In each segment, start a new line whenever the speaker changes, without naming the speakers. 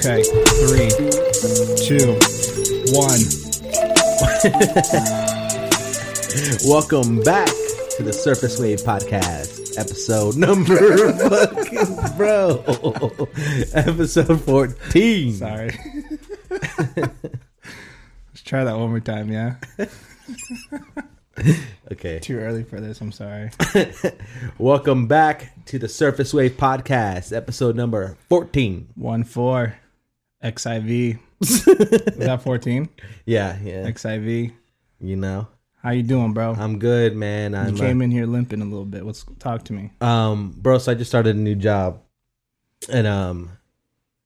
Okay, three, two, one.
Welcome back to the Surface Wave Podcast, episode number fucking bro, episode fourteen.
Sorry. Let's try that one more time, yeah?
Okay,
Too early for this, I'm sorry.
welcome back to the Surface Wave Podcast, episode number fourteen.
One four. XIV. Is that fourteen?
Yeah, yeah,
XIV.
you know,
How you doing, bro?
I'm good, man.
You
I'm uh,
came in here limping a little bit. Let's talk to me.
um, bro. So I just started a new job, and um,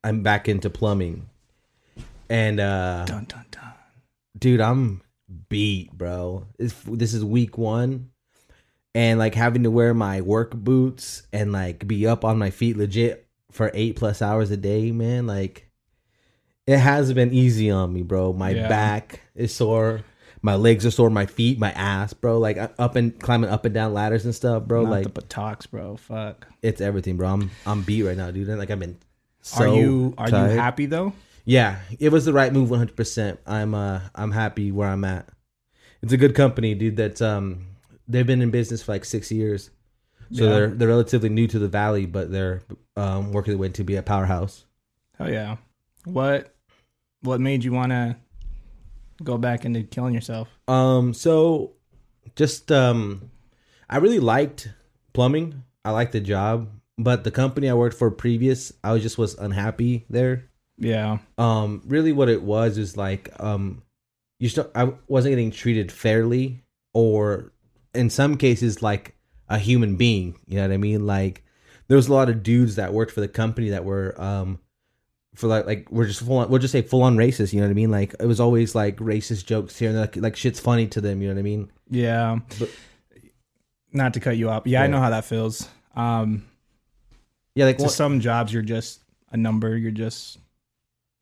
I'm back into plumbing, and uh,
Dun dun dun.
dude, I'm beat, bro. It's, this is week one, and like having to wear my work boots and like be up on my feet legit for eight plus hours a day, man. Like, it hasn't been easy on me, bro. My
Yeah.
back is sore. My legs are sore, my feet, my ass, bro. Like I- up and climbing up and down ladders and stuff, bro.
Not
like
the buttocks, bro. Fuck.
it's everything, bro. I'm I'm beat right now, dude. Like I've been. So
are you are
tired.
you happy though?
Yeah, it was the right move 100%. I'm uh I'm happy where I'm at. It's a good company, dude, that's um they've been in business for like 6 years. So
Yeah.
they're they're relatively new to the valley, but they're um working their way to be a powerhouse.
Hell yeah. What what made you wanna go back into killing yourself?
Um so just um I really liked plumbing. I liked the job, but the company I worked for previous, I was just was unhappy there.
Yeah.
um really what it was is like um you still i wasn't getting treated fairly or in some cases like a human being you know what i mean like there was a lot of dudes that worked for the company that were um for like like we're just full on we'll just say full on racist you know what i mean like it was always like racist jokes here and like, like shit's funny to them you know what i mean
Yeah.
But-
Not to cut you up. Yeah, I
Yeah.
know how that feels. Um
yeah like
to
one-
some jobs you're just a number, you're just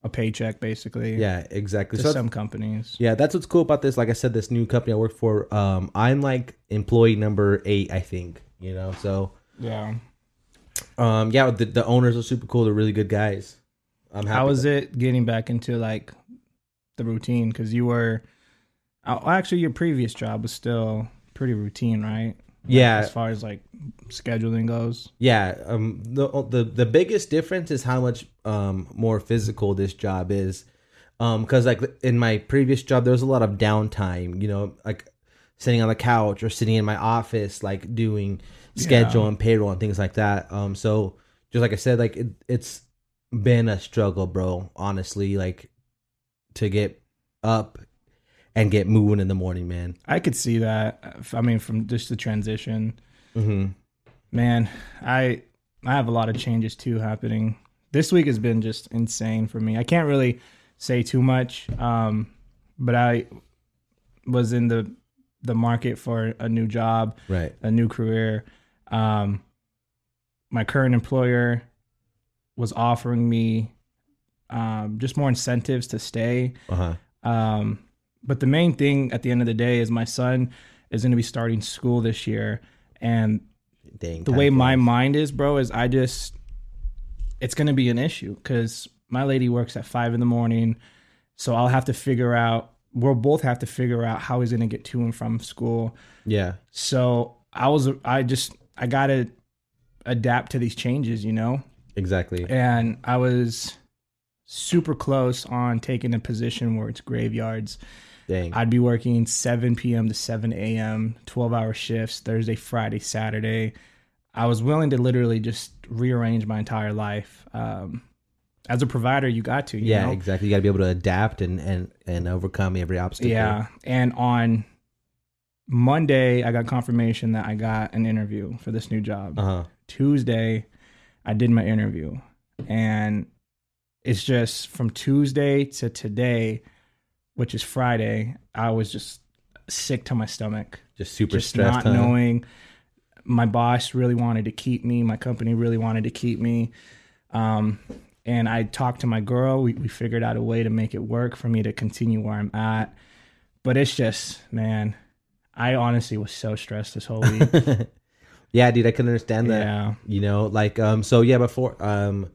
a paycheck basically.
yeah exactly
To
So that's-
some companies.
Yeah, that's what's cool about this. Like I said, this new company I work for, um, I'm like employee number eight, I think. You know, so
Yeah.
um, yeah, the, the owners are super cool. They're really good guys. I'm happy.
How was it getting back into like the routine? Because you were oh, actually your previous job was still pretty routine, right? Like,
Yeah.
As far as like scheduling goes.
Yeah, um, the the the biggest difference is how much um more physical this job is, um, because like in my previous job there was a lot of downtime, you know, like sitting on the couch or sitting in my office, like doing schedule and payroll and things like that. Um, so just like I said, like it, it's been a struggle, bro. Honestly, like to get up and get moving in the morning, man.
I could see that. I mean, from just the transition,
Mm-hmm.
man. I I have a lot of changes too happening. This week has been just insane for me. I can't really say too much, um, but I was in the the market for a new job,
Right.
a new career. Um, my current employer was offering me um, just more incentives to stay.
Uh huh.
Um, but the main thing at the end of the day is my son is going to be starting school this year, and
Dang.
the way my mind is, bro, is I just it's going to be an issue because my lady works at five in the morning, so I'll have to figure out. We'll both have to figure out how he's going to get to and from school.
Yeah.
So I was, I just, I got to adapt to these changes, you know?
Exactly.
and I was super close on taking a position where it's graveyards.
Dang.
I'd be working 7 p.m. to 7 a.m., 12 hour shifts, Thursday, Friday, Saturday. I was willing to literally just rearrange my entire life. Um, as a provider, you got to, you
Yeah,
know?
exactly. You got to be able to adapt and and and overcome every obstacle.
Yeah. And on Monday, I got confirmation that I got an interview for this new job.
Uh huh.
Tuesday, I did my interview, and it's just from Tuesday to today, which is Friday, I was just sick to my stomach,
Just super
just
stressed.
not
Huh?
knowing. My boss really wanted to keep me. My company really wanted to keep me. Um, and I talked to my girl. We, we figured out a way to make it work for me to continue where I'm at. But it's just, man, I honestly was so stressed this whole week.
yeah, dude, I can understand that.
yeah.
you know like um so yeah before um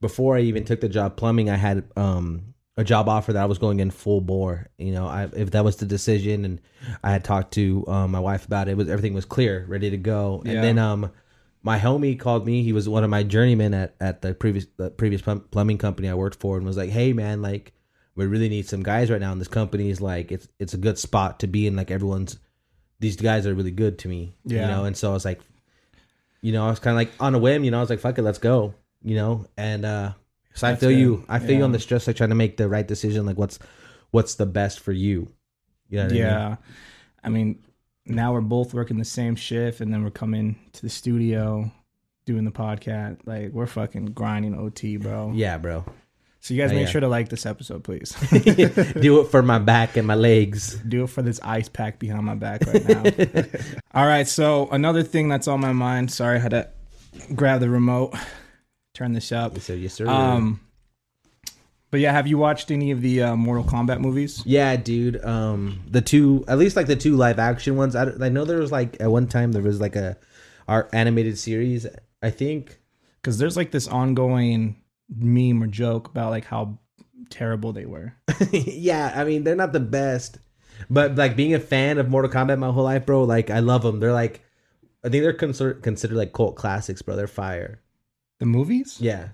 before i even took the job plumbing i had um a job offer that i was going in full bore you know I, if that was the decision and i had talked to um, my wife about it, it was everything was clear ready to go
Yeah.
and then um my homie called me he was one of my journeymen at, at the previous the previous plum- plumbing company i worked for and was like hey man like we really need some guys right now and this company is like it's it's a good spot to be in like everyone's these guys are really good to me you
Yeah.
know and so i was like you know, I was kind of like on a whim, you know, I was like, fuck it, let's go, you know, and, uh, so I
That's
feel
it.
you, I feel
Yeah.
you on the stress, like trying to make the right decision, like what's, what's the best for you. You know what I mean?
Yeah. I mean, now we're both working the same shift and then we're coming to the studio doing the podcast. Like, we're fucking grinding OT, bro.
Yeah, bro.
So, you guys
Oh,
make
yeah.
sure to like this episode, please.
Do it for my back and my legs.
Do it for this ice pack behind my back right now. All right. So, another thing that's on my mind. Sorry, I had to grab the remote, turn this up.
So yes, sir.
Um, but yeah, have you watched any of the uh, Mortal Kombat movies?
yeah, dude. Um, the two, at least like the two live action ones. I, don't- I know there was like at one time there was like a, our animated series. I think.
Because there's like this ongoing meme or joke about like how terrible they were.
yeah, I mean they're not the best, but like being a fan of Mortal Kombat my whole life, bro. Like I love them. They're like, I think they're considered considered like cult classics, bro. They're fire.
The movies?
Yeah.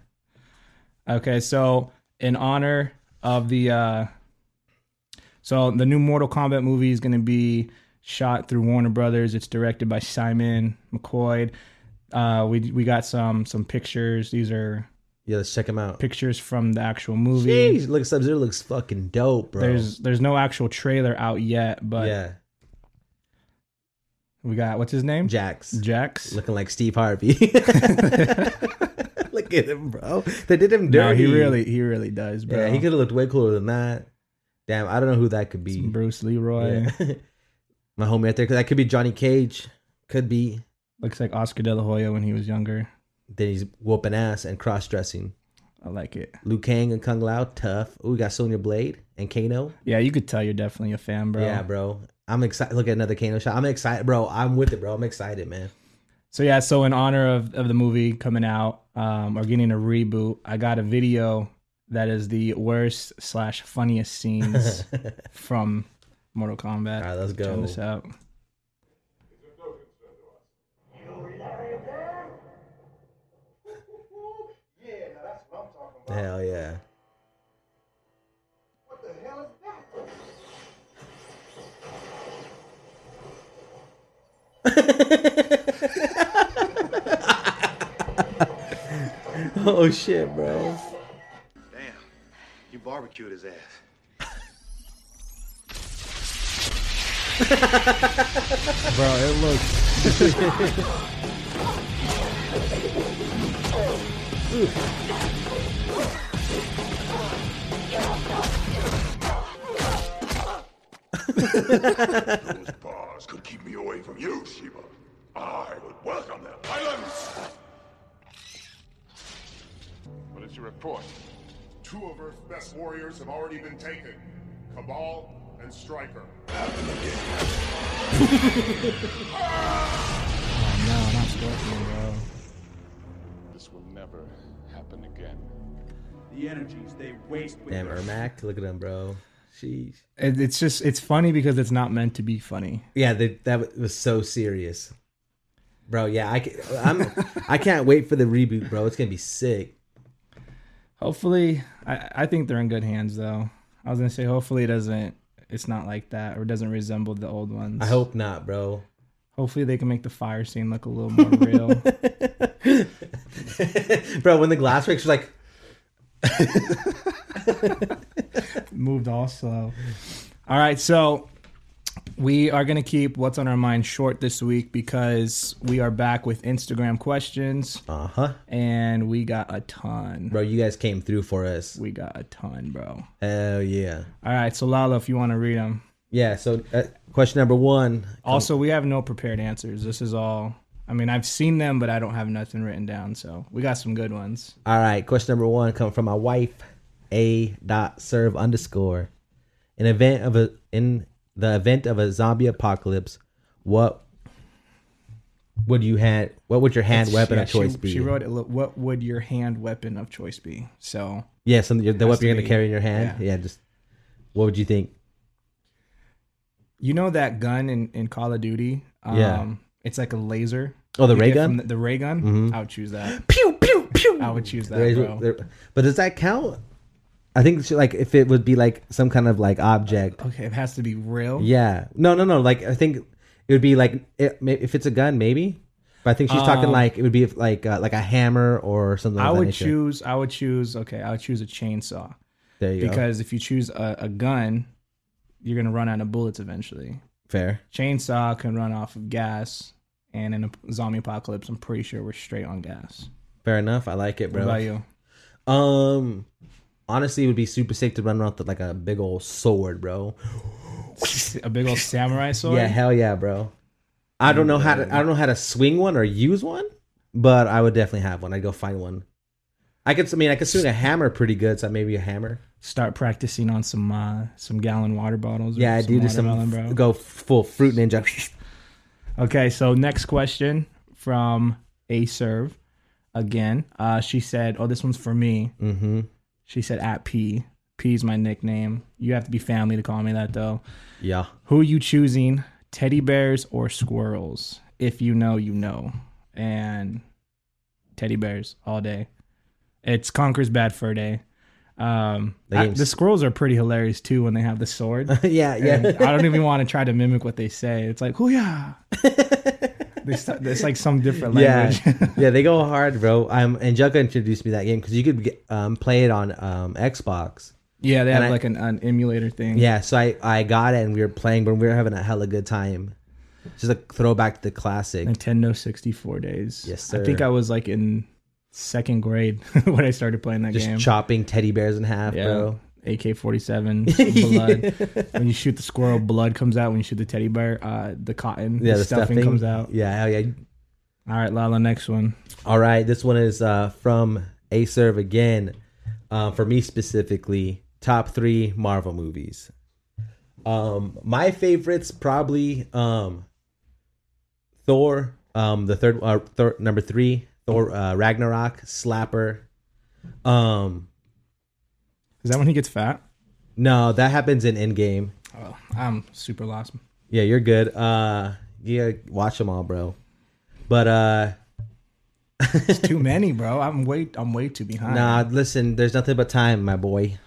Okay, so in honor of the uh so the new Mortal Kombat movie is going to be shot through Warner Brothers. It's directed by Simon McCoy. Uh we we got some some pictures. These are
Yeah, let's check them out.
pictures from the actual movie.
Jeez, look, Sub Zero looks fucking dope, bro.
There's uh, there's no actual trailer out yet, but
yeah,
we got what's his name?
Jax
Jax.
looking like Steve Harvey. look at him, bro. They did him
No,
dirty.
he really he really does, bro.
Yeah, he could have looked way cooler than that. Damn, I don't know who that could be.
Bruce Leroy.
Yeah. My homie out there, 'cause that could be Johnny Cage. Could be.
Looks like Oscar De La Hoya when he was younger.
Then he's whooping ass and cross dressing.
I like it.
Liu Kang and Kung Lao, tough. Ooh, we got Sonya Blade and Kano.
Yeah, you could tell you're definitely a fan, bro.
Yeah, bro. I'm excited. Look at another Kano shot. I'm excited, bro. I'm with it, bro. I'm excited, man.
So yeah, so in honor of, of the movie coming out um, or getting a reboot, I got a video that is the worst slash funniest scenes from Mortal Kombat.
All right, let's
Turn
go.
this out.
Yeah, now that's what I'm talking about.
Hell yeah.
What the hell is that?
Oh shit, bro.
Damn, you barbecued his ass.
Bro, it looks
Those bars could keep me away from you, Sheba. I would welcome their violence. What is your report? Two of Earth's best warriors have already been taken Cabal and Stryker.
no, not Scorpion, bro.
This will never happen again.
The energies they waste with
Damn,
their
Ermac. Look at him, bro. Sheesh.
It, it's just it's funny because it's not meant to be funny.
Yeah, they, that was so serious, bro. Yeah, I can, I'm. I can't wait for the reboot, bro. It's gonna be sick.
Hopefully, I, I think they're in good hands though. I was gonna say hopefully it doesn't. It's not like that, or it doesn't resemble the old ones.
I hope not, bro.
Hopefully, they can make the fire scene look a little more real.
Bro, when the glass breaks, she's like,
moved also. All right, so we are going to keep what's on our mind short this week because we are back with Instagram questions
uh huh.
and we got a ton.
Bro, you guys came through for us.
We got a ton, bro.
Hell yeah.
All right, so Lalo, if you want to read them.
Yeah, so uh, question number one.
Also, we have no prepared answers. This is all I mean, I've seen them, but I don't have nothing written down. So we got some good ones.
All right, question number one come from my wife, a dot serve underscore. In event of a in the event of a zombie apocalypse, what would you had? What would your hand weapon
Yeah,
of choice
she,
be?
She wrote, it, "Look, "What would your hand weapon of choice be?" So
yeah, something the
has
weapon
to
you're gonna
be-
carry in your hand. Yeah.
yeah.
just what would you think?
you know that gun in in Call of Duty? Um,
Yeah.
it's like a laser.
Oh, the
You
ray
get
gun?
from The, the ray gun. I would choose that.
Pew pew pew.
I would choose that,
There is-
bro.
there- but does that count? I think it's like if it would be like some kind of like object.
Okay, it has to be real.
Yeah. No, no, no. Like I think it would be like it, may- if it's a gun, maybe. But I think she's talking
Um,
like it would be if, like uh, like a hammer or something.
I
of that
would
nature.
choose. I would choose. Okay, I would choose a chainsaw
There you go.
because if you choose a, a gun, you're gonna run out of bullets eventually.
Fair.
Chainsaw can run off of gas, and in a zombie apocalypse, I'm pretty sure we're straight on gas.
Fair enough. I like it,
What
bro.
about you?
Um, honestly, it would be super sick to run around with like a big old sword, bro.
A big old samurai sword.
Yeah, hell yeah, bro. I don't know how to. I don't know how to swing one or use one, but I would definitely have one. I'd go find one. I could. I mean, I could swing a hammer pretty good, so maybe a hammer.
Start practicing on some uh, some gallon water bottles. or
Yeah, I do do
watermelon,
some. Go full fruit ninja.
Okay, so next question from A Serve again. Uh, she said, "Oh, this one's for me." Mm-hmm. She said, "At P, P is my nickname. You have to be family to call me that, though."
yeah.
Who you choosing, teddy bears or squirrels? If you know, you know, and teddy bears all day. It's Conquer's Bad Fur Day. Um,
The
I-
game's-
the squirrels are pretty hilarious too when they have the sword.
yeah, yeah.
And I don't even want to try to mimic what they say. It's like, oh yeah. they st- it's like some different language.
Yeah, yeah, they go hard, bro. Um, Angelica introduced me to that game because you could get, um, play it on um, Xbox.
Yeah, they
And
have
I-
like an, an emulator thing.
Yeah, so I, I got it and we were playing, but we were having a hella good time. Just a throwback to the classic.
Nintendo 64 days.
Yes,
I
sir.
think I was like in second grade when I started playing that
Just
game.
chopping teddy bears in half,
yeah.
bro.
AK 47, blood. When you shoot the squirrel, blood comes out. When you shoot the teddy bear, uh, the cotton,
Yeah,
the,
the
stuffing,
stuffing
comes out.
Yeah, hell yeah.
All right, Lala, next one.
All right, this one is uh, from A Serve again. Uh, for me specifically, top three Marvel movies. Um, my favorites probably um, Thor, um, the third, uh, Thor, number three, Thor uh, Ragnarok, Slapper. Um,
Is that when he gets fat?
no, that happens in Endgame.
Oh, I'm super lost.
Yeah, you're good. Uh, yeah, watch them all, bro. But uh,
It's too many, bro. I'm way I'm way too behind.
nah, listen, there's nothing but time, my boy.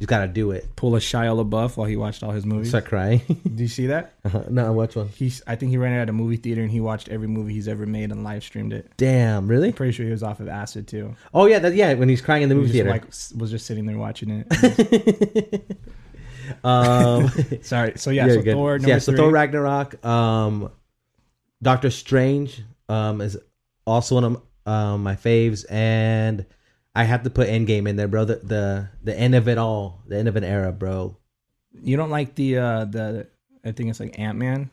You gotta do it.
pull a Shia LaBeouf while he watched all his movies.
Start crying.
Do you see that?
no, watch one.
He's, I think he ran out of a movie theater and he watched every movie he's ever made and live streamed it.
Damn, really?
Pretty sure he was off of acid too.
Oh yeah, that, yeah. When he's crying in the
He
movie
just,
theater.
like s- was just sitting there watching it.
um,
Sorry. So yeah,
yeah,
so
good.
Thor number
yeah, so
three.
Thor Ragnarok. Um, Doctor Strange um, is also one of um, my faves, and I have to put Endgame in there, bro. The, the the end of it all, the end of an era, bro.
you don't like the uh the I think it's like Ant Man.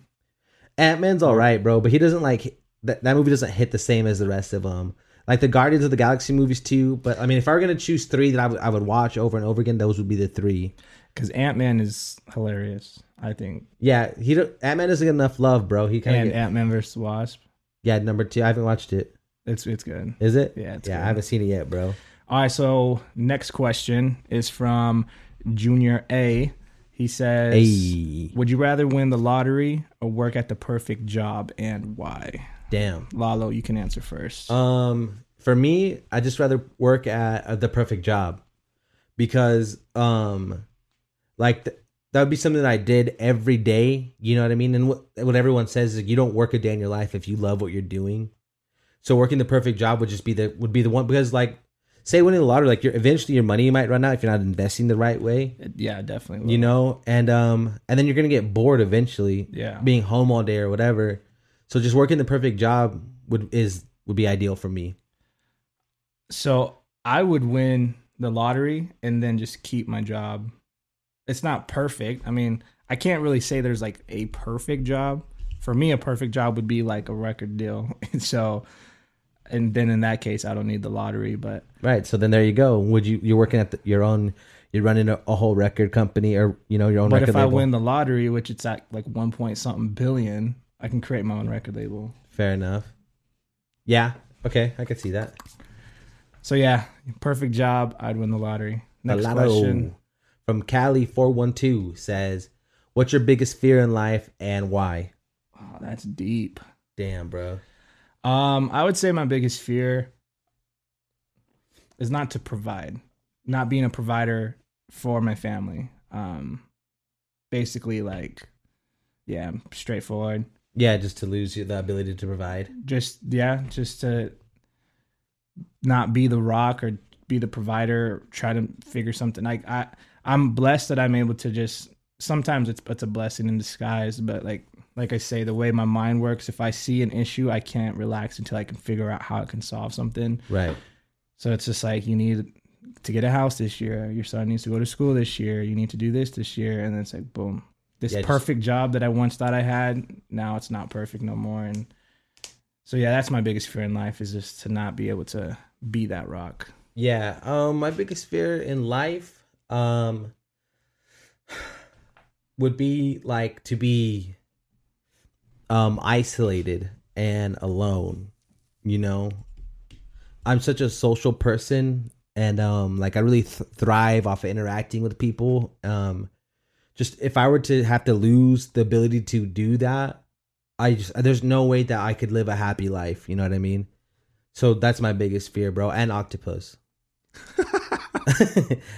Ant Man's all right, bro, but he doesn't like that. That movie doesn't hit the same as the rest of them. Like the Guardians of the Galaxy movies too, but I mean, if I were gonna choose three that I would I would watch over and over again, those would be the three.
Because Ant Man is hilarious, I think.
Yeah, he don't, Ant-Man doesn't get enough love, bro. He kind
And
of
Ant Man versus Wasp.
yeah, number 2. I haven't watched it.
It's it's good.
Is it?
Yeah, it's
yeah,
good.
I haven't seen it yet, bro.
All right, so next question is from Junior A. He says,
Hey.
"Would you rather win the lottery or work at the perfect job, and why?"
Damn.
Lalo, you can answer first.
Um for me, I just rather work at uh, the perfect job because um like th- that would be something that I did every day, you know what I mean? And what what everyone says is you don't work a day in your life if you love what you're doing. So working the perfect job would just be the would be the one because like say winning the lottery like you're eventually your money might run out if you're not investing the right way.
yeah, definitely.
you know and um and then you're gonna get bored eventually
Yeah.
being home all day or whatever so just working the perfect job would is would be ideal for me
so I would win the lottery and then just keep my job. It's not perfect. I mean, I can't really say there's like a perfect job for me, a perfect job would be like a record deal. And so, and then in that case, I don't need the lottery. But
Right. So then there you go. Would you you're working at the, your own you're running a, a whole record company or you know your own
but
record
if I
label.
win the lottery, which it's at like one point something billion, I can create my own record label.
Fair enough. Yeah. Okay, I could see that.
So yeah, perfect job. I'd win the lottery. Next
Hello.
question.
from Cali four one two says, "What's your biggest fear in life and why?"
Oh, that's deep.
Damn, bro.
Um, I would say my biggest fear is not to provide, not being a provider for my family. Um, basically, like, yeah, I'm straightforward.
Yeah, just to lose you the ability to provide.
Just yeah, just to not be the rock or be the provider. Or try to figure something. Like I, I'm blessed that I'm able to just. Sometimes it's it's a blessing in disguise, but like like I say, the way my mind works, if I see an issue, I can't relax until I can figure out how it can solve something.
Right.
So it's just like you need to get a house this year. Your son needs to go to school this year. You need to do this this year, and then it's like boom, this
Yeah, just-
perfect job that I once thought I had now it's not perfect no more. And so yeah, that's my biggest fear in life is just to not be able to be that rock.
Yeah. Um, my biggest fear in life, um, would be like to be, um, isolated and alone. You know, I'm such a social person, and um, like I really th- thrive off of interacting with people. Um, just if I were to have to lose the ability to do that, I just there's no way that I could live a happy life. You know what I mean? So that's my biggest fear, bro. And octopus.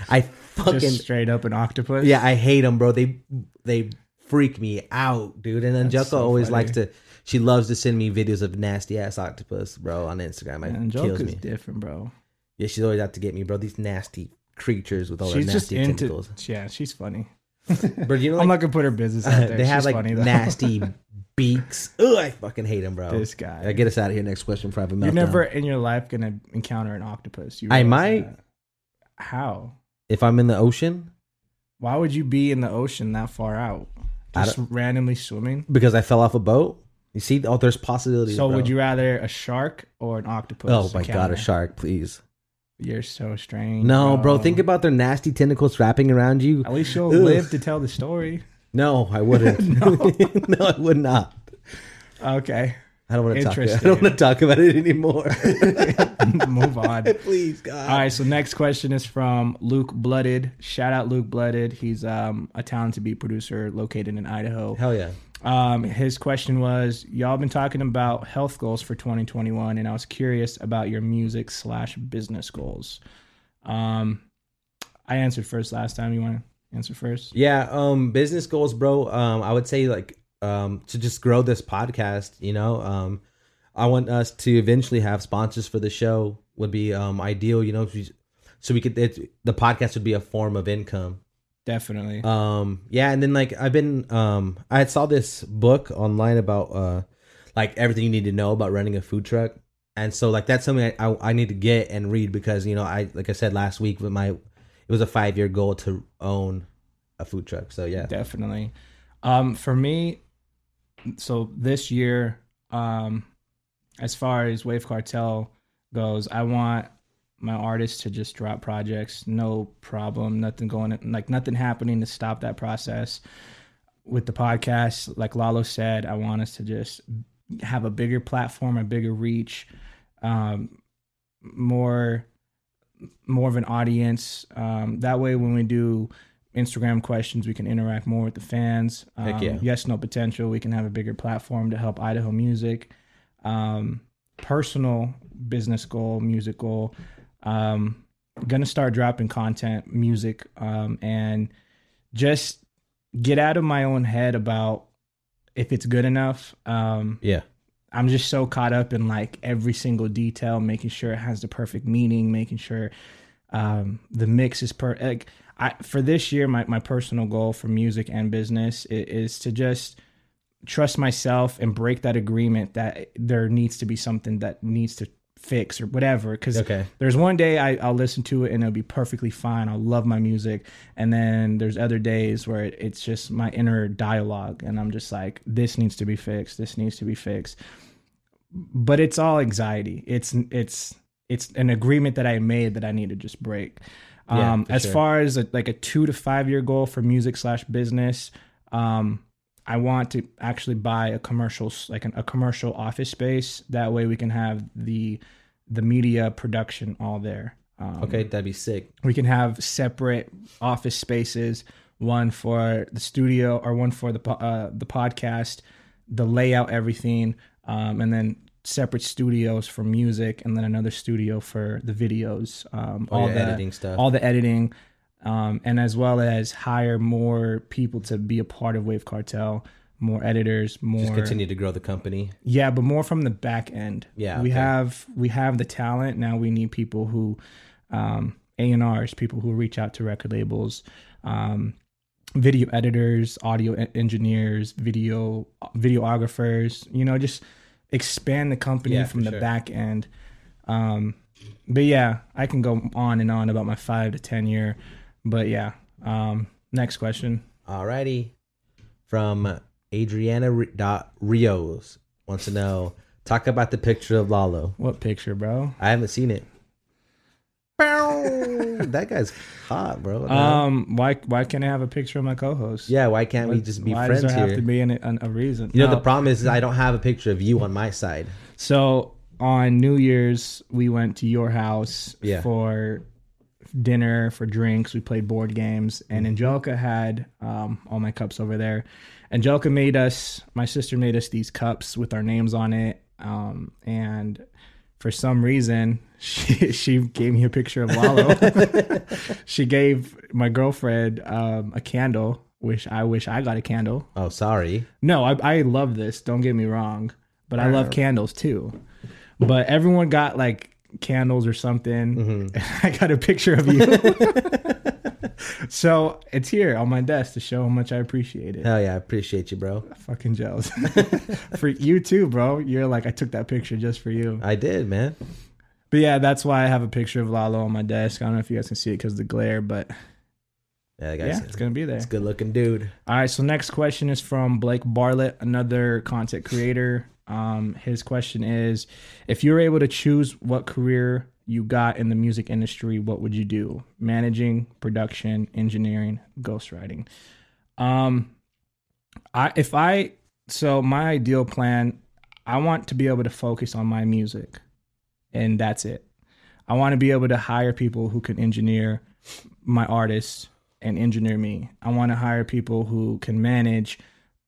I fucking
Just straight up an octopus.
yeah, I hate them, bro. They they freak me out, dude. And Angelica
so
always
funny.
likes to. She loves to send me videos of nasty ass octopus, bro, on Instagram. It
and
kills
Joker's
me.
different, bro.
Yeah, she's always out to get me, bro. These nasty creatures with all
she's
their
just
nasty
into
tentacles.
yeah, she's funny.
But you know,
I'm
like,
not gonna put her business out there.
they have
She's
like
funny, though.
nasty beaks. Ugh, I fucking hate them, bro.
This guy.
Yeah, get us out of here. Next question, private meltdown.
You're never in your life gonna encounter an octopus. You
I
realize
might.
that. How?
If I'm in the ocean,
Why would you be in the ocean that far out?
I
Just randomly swimming?
because I fell off a boat. You see, oh, there's possibilities.
So
bro.
would you rather a shark or an octopus?
Oh my god,
camel?
a shark, please.
You're so strange.
No, bro. Think about their nasty tentacles wrapping around you.
At least you'll
Ugh.
live to tell the story.
No, I wouldn't. no. I would not.
Okay.
I don't want to talk. I
Interesting.
don't want to talk about it anymore. Uh,
Move on.
Please, God.
All right, so next question is from Luke Blooded. Shout out Luke Blooded. He's um, a talented beat producer located in Idaho.
Hell yeah.
Um, his question was, y'all been talking about health goals for 2021, and I was curious about your music slash business goals. Um, I answered first last time. You want to answer first?
Yeah, um business goals, bro. Um I would say like um to just grow this podcast, you know. Um I want us to eventually have sponsors for the show would be um ideal, you know, if we- so we could it, the podcast would be a form of income.
Definitely.
Um yeah, and then like I've been um I saw this book online about uh like everything you need to know about running a food truck. And so like that's something I, I, I need to get and read because you know I like I said last week with my it was a five year goal to own a food truck. So yeah.
Definitely. Um, for me, so this year, um, as far as Wave Cartel goes, I want my artists to just drop projects, no problem, nothing going, like nothing happening to stop that process. With the podcast, like Lalo said, I want us to just have a bigger platform, a bigger reach, um, more, more of an audience. Um, that way, when we do Instagram questions, we can interact more with the fans. Um,
Heck yeah.
Yes, no potential. We can have a bigger platform to help Idaho music. Um, personal business goal, music goal. Um, gonna start dropping content, music, um, and just get out of my own head about if it's good enough. Um,
Yeah.
I'm just so caught up in like every single detail, making sure it has the perfect meaning, making sure um, the mix is per. Like I, for this year, my, my personal goal for music and business is, is to just trust myself and break that agreement that there needs to be something that needs to fix or whatever. Because
Okay.
there's one day I, I'll listen to it and it'll be perfectly fine. I'll love my music, and then there's other days where it, it's just my inner dialogue, and I'm just like, this needs to be fixed. This needs to be fixed. But it's all anxiety. It's it's it's an agreement that I made that I need to just break.
Yeah,
Um,
for
as
sure.
far as a, like a two to five year goal for music slash business, um, I want to actually buy a commercial, s- like an, a commercial office space. That way, we can have the the media production all there. Um,
Okay, that'd be sick.
we can have separate office spaces, one for the studio or one for the po- uh, the podcast, the layout, everything, um, and then separate studios for music, and then another studio for the videos, um, all
yeah,
the
editing stuff.
all the editing, um, and as well as hire more people to be a part of Wave Cartel, more editors, more
Just continue to grow the company.
yeah, but more from the back end.
Yeah,
we
okay.
have we have the talent now. We need people who um, A and R's, people who reach out to record labels, um, video editors, audio en- engineers, video videographers. You know, just expand the company
Yeah,
from
for
the
sure.
back end. Um, but yeah, I can go on and on about my five to ten year. But yeah, um, next question.
Alrighty. From Adriana R- dot Rios wants to know talk about the picture of Lalo.
What picture, bro?
I haven't seen it. Bow. that guy's hot, bro.
Um, why why can't I have a picture of my co-host?
yeah, why can't we just be
Why
friends
does there
here?
have to be an, an, a reason? Oh,
you know, the
No.
problem is, is I don't have a picture of you on my side.
so on New Year's we went to your house
Yeah.
for dinner for drinks. We played board games,
Mm-hmm.
and Angelica had um, all my cups over there. Angelica made us. My sister made us these cups with our names on it, um, and for some reason she she gave me a picture of Lalo. she gave my girlfriend um, a candle. Wish I wish I got a candle.
Oh, sorry.
No, I, I love this. Don't get me wrong, but I love candles too. But everyone got like candles or something. I got a picture of you, so it's here on my desk to show how much I appreciate it.
Hell yeah, I appreciate you, bro.
Fucking jealous for you too, bro. You're like I took that picture just for you.
I did, man.
But yeah, that's why I have a picture of Lalo on my desk. I don't know if you guys can see it because the glare, but
Yeah, that
yeah,
guy's
it's gonna be there.
it's good looking dude.
All right, so next question is from Blake Barlett, another content creator. Um, his question is If you were able to choose what career you got in the music industry, what would you do? Managing, production, engineering, ghostwriting. Um, I if I so my ideal plan, I want to be able to focus on my music, and that's it. I want to be able to hire people who can engineer my artists and engineer me. I want to hire people who can manage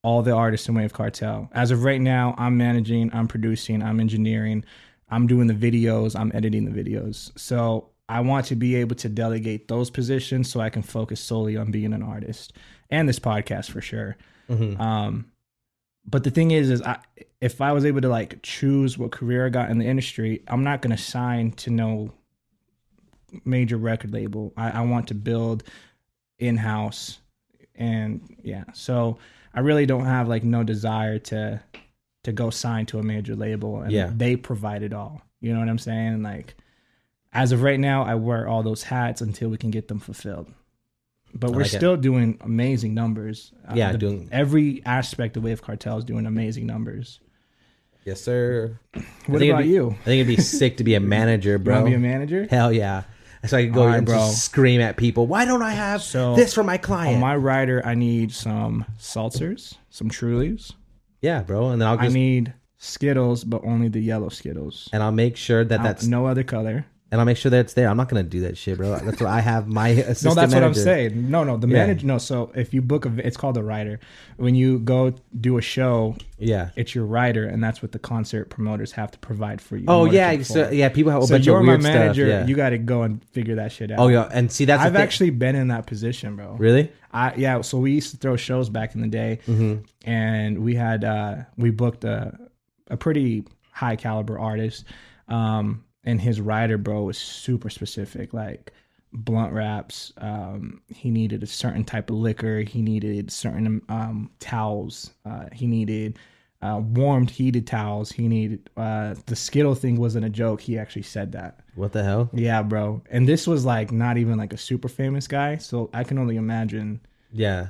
all the artists in Wave Cartel. As of right now, I'm managing, I'm producing, I'm engineering, I'm doing the videos, I'm editing the videos. So I want to be able to delegate those positions so I can focus solely on being an artist and this podcast for sure. Um, but the thing is, is I, if I was able to like choose what career I got in the industry, I'm not going to sign to no major record label. I, I want to build in house, and yeah. So I really don't have like no desire to to go sign to a major label, and
Yeah.
they provide it all. You know what I'm saying? Like as of right now, I wear all those hats until we can get them fulfilled. But we're
like it.
still doing amazing numbers. Uh,
Yeah,
the-
doing-
every aspect of Wave Cartel is doing amazing numbers.
Yes, sir.
What
think it'd
about
be-
you?
I think it'd be sick to be a manager,
You
bro.
want to be a manager?
Hell yeah. So I could go
Alright,
and
bro.
just scream at people. Why don't I have
So,
this for my
On
client?
my rider, I need some seltzers, some Trulies.
yeah, bro. And then I'll
I
just
need Skittles, but only the yellow Skittles. Uh,
and I'll make sure that that's
no other color.
and I'll make sure that it's there. I'm not gonna do that shit, bro. That's why I have my
No,
assistant.
that's what I'm
manager.
saying. No, no, the
Yeah.
manager. No, so if you book a, v- it's called a rider. When you go do a show,
Yeah.
it's your rider, and that's what the concert promoters have to provide for you. in
Oh
order to
yeah,
perform.
so, yeah. People have a
So
bunch
you're
of
my
weird
manager.
stuff. Yeah.
You got to go and figure that shit out.
oh yeah, and see that's the
I've
thing.
actually been in that position, bro.
really
I yeah. So we used to throw shows back in the day, and we had uh, we booked a a pretty high caliber artist, um, and his rider bro was super specific, like blunt wraps. Um, he needed a certain type of liquor. He needed certain um, towels. Uh, he needed. uh, warmed, heated towels he needed. Uh, the Skittle thing wasn't a joke. He actually said that.
What the hell?
Yeah, bro. And this was like not even like a super famous guy, so I can only imagine.
Yeah.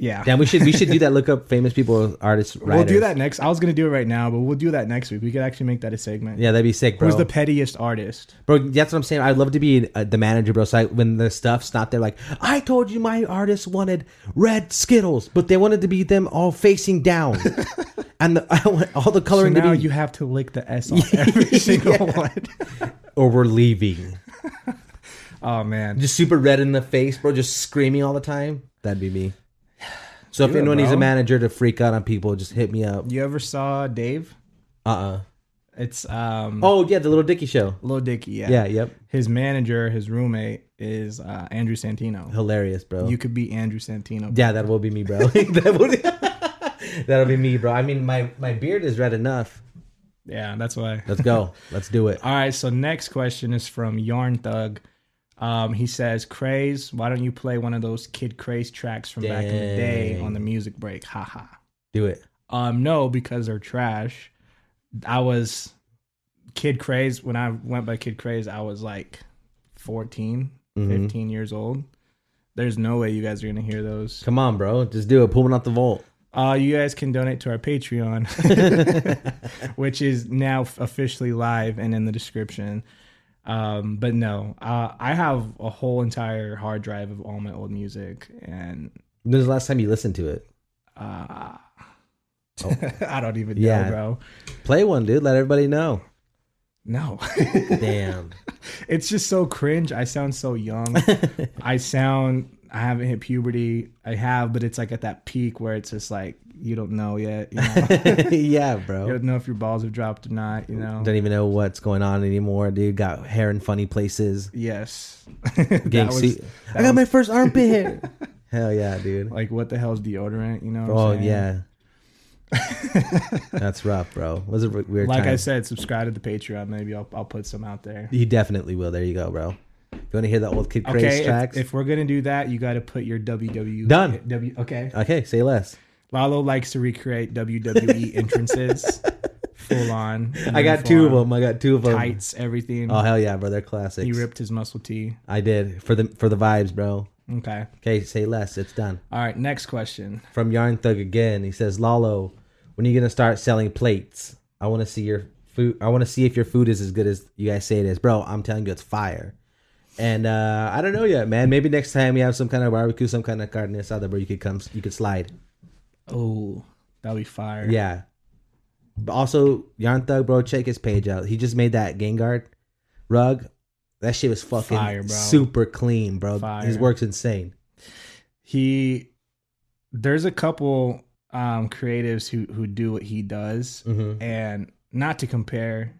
Yeah.
Damn, we should we should do that. Look up famous people, artists, writers.
We'll do that next. I was gonna do it right now, but we'll do that next week. We could actually make that a segment.
Yeah, that'd be sick, bro.
Who's the pettiest artist?
bro, that's what I'm saying. I'd love to be uh, the manager, bro. So I, when the stuff's not there, like I told you, my artist wanted red Skittles, but they wanted to be them all facing down, and the, I want all the
So
coloring
now
to be
you have to lick the S on every single one.
or we're leaving.
Oh man.
Just super red in the face, bro. Just screaming all the time. That'd be me. So if
Do it,
anyone needs a
bro.
manager to freak out on people, just hit me up.
You ever saw Dave?
Uh uh
It's um
Oh yeah, the Little Dicky Show.
Lil Dicky. Yeah.
Yeah, yep.
His manager, his roommate, is uh, Andrew Santino.
Hilarious, bro.
You could be Andrew Santino.
Yeah, that will be me, bro. that will that'll be me, bro. I mean, my my beard is red enough.
Yeah, that's why.
Let's go. Let's do it.
All right, so next question is from Yarn Thug. Um, he says, Craze, why don't you play one of those Kid Craze tracks from back in the day
Dang.
on the music break? Haha.
Do it.
Um, no, because they're trash. I was Kid Craze. When I went by Kid Craze, I was like 14, 15 years old. There's no way you guys are going to hear those.
Come on, bro. Just do it. Pull one out the vault.
Uh, you guys can donate to our Patreon, which is now officially live and in the description. Um, but no, uh, I have a whole entire hard drive of all my old music, and
When's the last time you listened to it?
I don't even
Yeah.
know, bro.
Play one, dude. Let everybody know.
No,
Damn.
it's just so cringe. I sound so young. I sound. I haven't hit puberty. I have, but it's like at that peak where it's just like you don't know yet. You, know?
yeah,
you
bro.
don't know if your balls have dropped or not. You know.
Don't even know what's going on anymore, dude. Got hair in funny places.
Yes. That
Getting
was-
se- I got
that was-
my first armpit hair. Hell yeah, dude.
like what the hell's deodorant? You know? what I'm
Oh
saying?
yeah. That's rough, bro. It was a re- weird
Like I
time.
said, subscribe to the Patreon. Maybe I'll I'll put some out there.
You definitely will. There you go, bro. You want to hear that old Kid Craze
Okay, if,
tracks?
if we're gonna do that, you got to put your WWE
Done.
W, okay,
okay, say less.
Lalo likes to recreate WWE entrances, full on.
I got two of them. I got two of them.
tights, everything.
Oh hell yeah, bro! They're classics.
he ripped his muscle tee.
I did for the for the vibes, bro.
Okay,
Okay, say less. It's done.
all right. Next question.
From Yarn Thug again. He says, "Lalo, when are you gonna start selling plates? I want to see your food. I want to see if your food is as good as you guys say it is, bro. I'm telling you, it's fire." And uh, I don't know yet, man. Maybe next time you have some kind of barbecue, some kind of carne asada, bro. You could come, you could slide.
Oh, that'll be fire.
Yeah. But also, Yarn Thug, bro, check his page out. He just made that Gengar rug. That shit was fucking
Fire, bro.
super clean, bro. His
Fire.
work's insane.
he. There's a couple um creatives who who do what he does,
Mm-hmm.
and not to compare,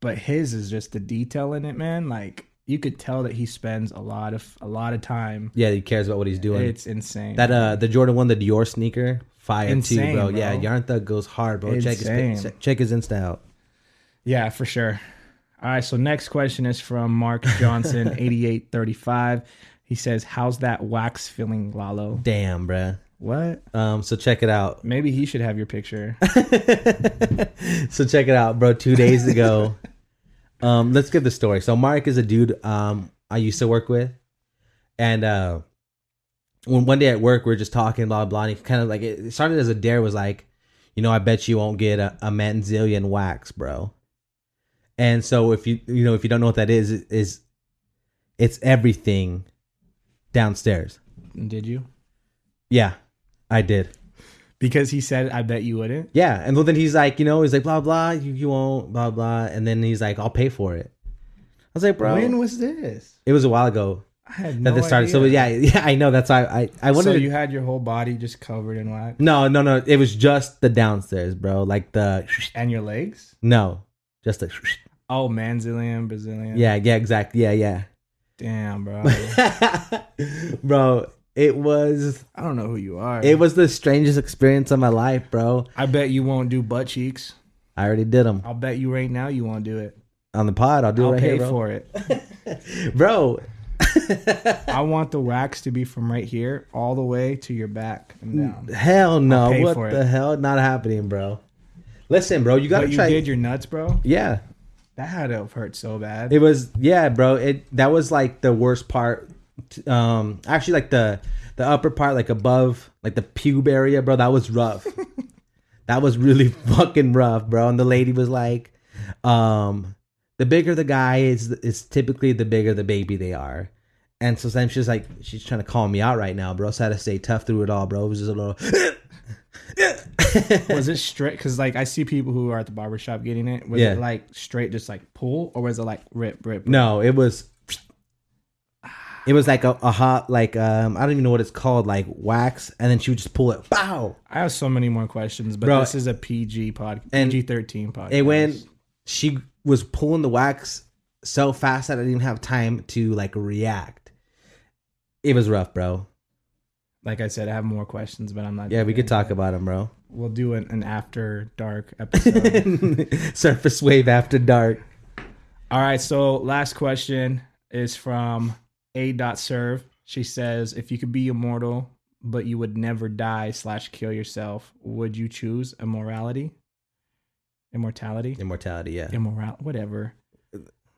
but his is just the detail in it, man. Like you could tell that he spends a lot of a lot of time.
Yeah, he cares about what he's doing.
It's insane.
that uh, the Jordan one, the Dior sneaker, fire too,
Insane,
bro.
bro.
Yeah, Yarn Thug goes hard, bro. Check his
Insane.
pa- check his Insta out.
yeah, for sure. All right, so next question is from Mark Johnson, eighty-eight thirty-five. He says, "How's that wax feeling, Lalo?
Damn, bruh.
What?
Um, so check it out.
Maybe he should have your picture.
so check it out, bro. Two days ago, um, let's give the story. So Mark is a dude um I used to work with, and uh, when one day at work we are just talking blah blah. And he kind of like it it started as a dare was like, you know, I bet you won't get a, a manzillion wax, bro. And so if you you know if you don't know what that is it is, it's everything downstairs.
Did you?
Yeah, I did.
Because he said, "I bet you wouldn't."
Yeah, and well, then he's like, you know, he's like, blah blah, you, you won't, blah blah, and then he's like, I'll pay for it. I was like, bro,
When was this?
it was a while ago
I had
that
no
this started.
idea.
So yeah, yeah, I know. That's why I, I wanted.
So
to,
you had your whole body just covered in wax,
no, no, no. It was just the downstairs, bro. Like the
and your legs?
no, just the
Oh, Manzilian, Brazilian.
yeah, yeah, exactly, yeah,
Damn, bro.
yeah, bro. It was
I don't know who you are.
it was the strangest experience of my life, bro.
I bet you won't do butt cheeks.
I already did them
I'll bet you right now you won't do it.
on the pod. I'll do
I'll
it right
pay
here, bro.
for it.
bro.
I want the wax to be from right here all the way to your back
Mm.
and down.
Hell no!
pay
What
for
the
it.
hell? Not happening, bro. Listen, bro, you gotta
But you
try.
did your nuts, bro.
yeah,
That had to have hurt so bad.
it was yeah, bro. It that was like the worst part. t- Um, actually, like the the upper part, like above, like the pube area, bro. That was rough. that was really fucking rough, bro. And the lady was like, um, the bigger the guy is, is typically the bigger the baby they are. And so then she's like, she's trying to call me out right now, bro. So I had to stay tough through it all, bro. It was just a little.
was it straight? Because like I see people who are at the barber shop getting it. Was
Yeah.
it like straight, just like pull, or was it like rip, rip? rip?
No, it was. It was like a, a hot, like um, I don't even know what it's called, like wax, and then she would just pull it. Bow.
I have so many more questions, but
Bro,
this is a PG pod,
and
PG thirteen podcast.
It went. She was pulling the wax so fast that I didn't have time to like react. It was rough, bro.
Like I said, I have more questions, but I'm not.
Yeah, we could
talk.
talk about him, bro.
We'll do an, an after dark episode.
Surface wave after dark.
All right, so last question is from A. Dot Serve. She says, "If you could be immortal, but you would never die slash kill yourself, would you choose immorality, immortality,
Immortality. Yeah, Uh,
immoral, whatever?"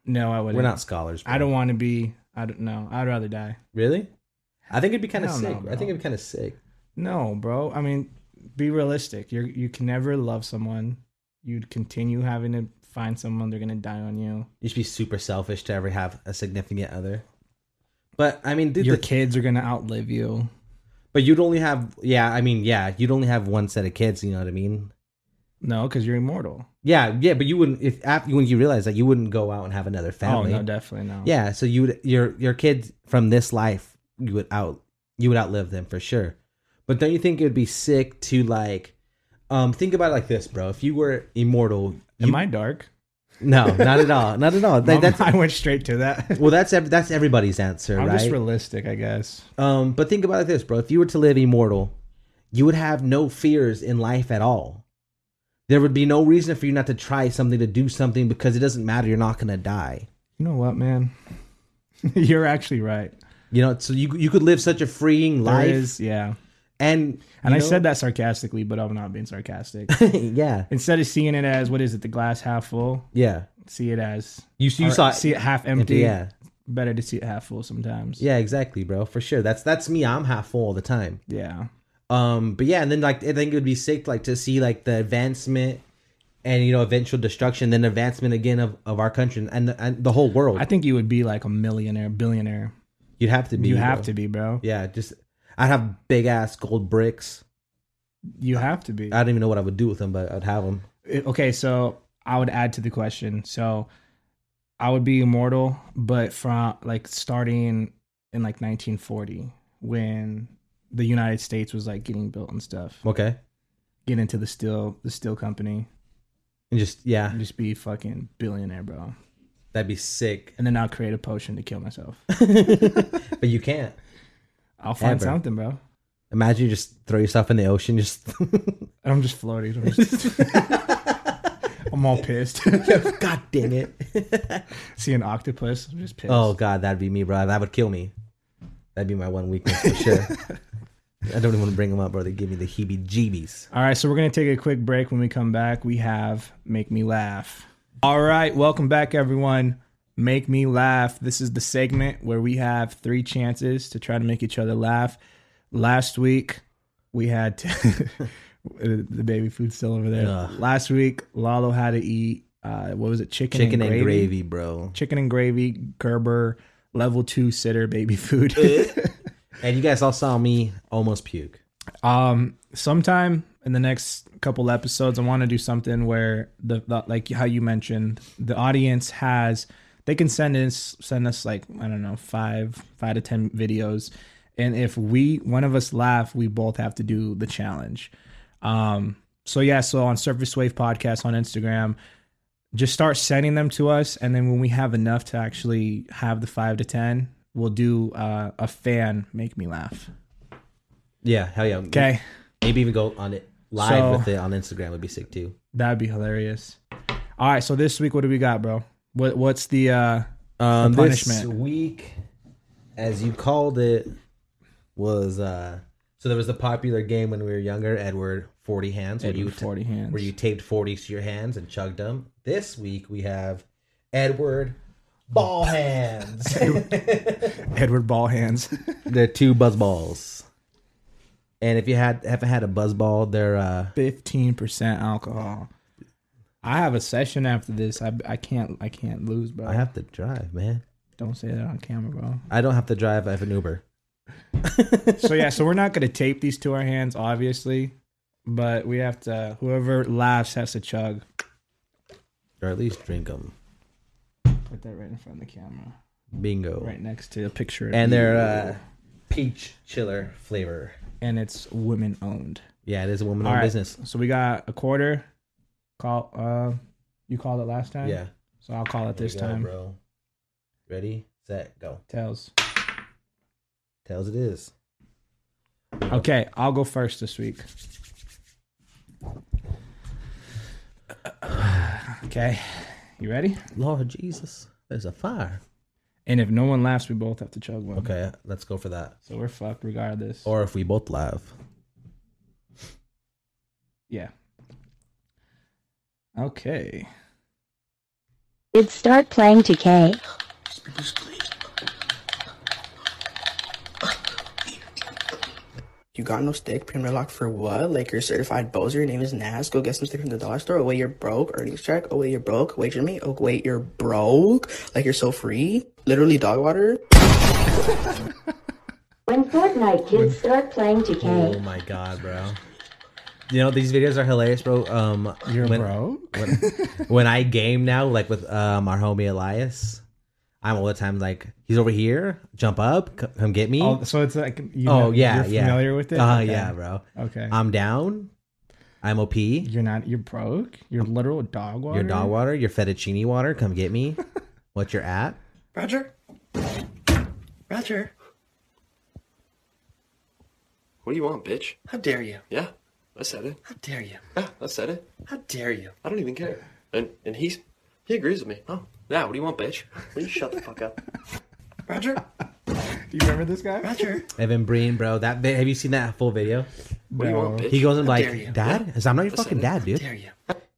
No, I wouldn't.
we're not scholars. Bro.
I don't want to be. I don't know. I'd rather die.
really. I think it'd be kind of
Hell no,
sick.
bro.
I think it'd be kind of sick.
No, bro. I mean, be realistic. You you can never love someone. You'd continue having to find someone. They're gonna die on you.
You should be super selfish to ever have a significant other. But I mean, dude,
Your
the-
kids are gonna outlive you.
But you'd only have, yeah, I mean, yeah, you'd only have one set of kids. You know what I mean?
No, because you're immortal.
Yeah, yeah, but you wouldn't if after when you realize that you wouldn't go out and have another family.
Oh no, definitely no.
yeah, so you would your your kids from this life you would out you would outlive them for sure. But don't you think it would be sick to like, um, think about it like this, bro? If you were immortal,
Am
you,
I dark?
no, not at all, not at all. That,
Mom,
that's
I went straight to that.
well, that's ev- that's everybody's answer,
I'm
right?
just realistic, I guess.
Um, but think about it this, bro. If you were to live immortal, you would have no fears in life at all. There would be no reason for you not to try something to do something because it doesn't matter. You're not gonna die.
You know what, man? you're actually right.
You know, so you you could live such a freeing
There
life.
is- yeah.
And
And I said that sarcastically, but I'm not being sarcastic.
that. yeah,
Instead of seeing it as what is it, the glass half full,
yeah.
see it as
You you
or
saw
see it half empty.
Yeah,
Better to see it half full sometimes.
yeah, exactly, bro. For sure. That's that's me. I'm half full all the time.
Yeah.
Um, but yeah, and then like I think it would be sick like to see like the advancement and you know eventual destruction, then advancement again of, of our country and the, and the whole world.
I think you would be like a millionaire, billionaire.
You'd have to be.
You
bro.
have to be, bro.
Yeah, just I'd have big ass gold bricks.
You have to be.
I don't even know what I would do with them, but I'd have them.
it- okay, so I would add to the question. So I would be immortal, but from like starting in like 1940 when the United States was like getting built and stuff.
Okay,
Get into the steel the steel company
and just yeah,
and just be fucking billionaire, bro.
that'd be sick.
And then I'll create a potion to kill myself.
But you can't.
I'll find
Ever.
something, bro.
Imagine you just throw yourself in the ocean. Just
And I'm just floating. I'm, just- I'm all pissed.
God dang it!
See an octopus, I'm just pissed.
Oh God, that'd be me, bro. That would kill me. That'd be my one weakness for sure. I don't even want to bring them up, bro. They give me the heebie-jeebies.
All right, so we're going to take a quick break. When we come back, we have Make Me Laugh. All right, welcome back, everyone. Make Me Laugh. This is the segment where we have three chances to try to make each other laugh. Last week, we had the baby food's still over there.
Ugh.
Last week, Lalo had to eat, uh, what was it, chicken,
Chicken
and,
and
gravy?
gravy, bro.
Chicken and gravy, Gerber, level two sitter baby food.
And you guys all saw me almost puke.
um sometime in the next couple episodes i want to do something where the, the like how you mentioned the audience has they can send us send us like i don't know five five to ten videos and if we one of us laugh we both have to do the challenge um so yeah so on surface wave podcast on instagram just start sending them to us and then when we have enough to actually have the five to ten we'll do uh, a fan make me laugh
Yeah, hell yeah.
okay
Maybe even go on it live
So-
with it on Instagram would be sick too.
That'd be hilarious. All right, so this week what do we got, bro? What what's the uh
Um,
punishment.
This week, as you called it, was uh so there was the popular game when we were younger, Edward Forty Hands, where you
Edward 40 hands.
where you taped forties to your hands and chugged them. This week we have Edward Ball Hands.
Edward Ball hands.
they're two buzz balls. And if you had haven't had a buzz ball, they're uh
Fifteen percent alcohol. I have a session after this. I, I can't I can't lose, bro.
I have to drive, man.
Don't say that on camera, bro.
I don't have to drive, I have an Uber.
so yeah, so we're not gonna tape these to our hands, obviously, but we have to. Whoever laughs has to chug.
Or at least drink them.
Put that right in front of the camera,
Bingo.
right next to a picture. of
And
you.
they're uh peach chiller flavor.
and it's women owned.
Yeah, it is a woman
All
owned
right,
business.
So we got a quarter. Call. Uh, you called it last time.
Yeah.
So I'll call it
Here we
this
go,
time.
bro. Ready, set, go.
Tails.
Tails it is.
Okay, I'll go first this week. Okay, you ready?
Lord Jesus, there's a fire.
And if no one laughs, we both have to chug one.
Okay, let's go for that.
So we're fucked regardless.
Or if we both laugh.
yeah. Okay.
It's start playing 2K.
You got no stick, Premier Lock for what? Like you're a certified Bowser, your name is Naz. Go get some stick from the dollar store. Oh wait, you're broke. Earnings check. Oh wait, you're broke. Wager me. Oh wait, you're broke. Like you're so free. Literally dog water.
When Fortnite kids start playing
Oh
2K.
my god, bro. You know these videos are hilarious, bro. Um,
You're
when,
broke?
when, when I game now, like with um our homie Elias, I'm all the time like he's over here, jump up, c- come get me.
Oh,
Oh,
so it's like you
yeah,
you're
yeah.
familiar with it.
Oh
Okay.
yeah, bro.
Okay.
I'm down. I'm OP.
you're not. You're broke. You're literal dog water.
Your dog water, your fettuccine water, come get me. what you're at?
Roger. Roger.
What do you want, bitch?
How dare you?
Yeah, I said it.
How dare you?
Yeah, I said it.
How dare you?
I don't even care. And and he's he agrees with me. Oh, yeah. What do you want, bitch? Will you shut the fuck up?
Roger.
Do you remember this guy?
Roger.
Evan Breen, bro. That vi- have you seen that full video?
What do you want, bitch?
He goes and
dare you.
like, Dad, I said, I'm not your fucking dad, dude.
Dare you?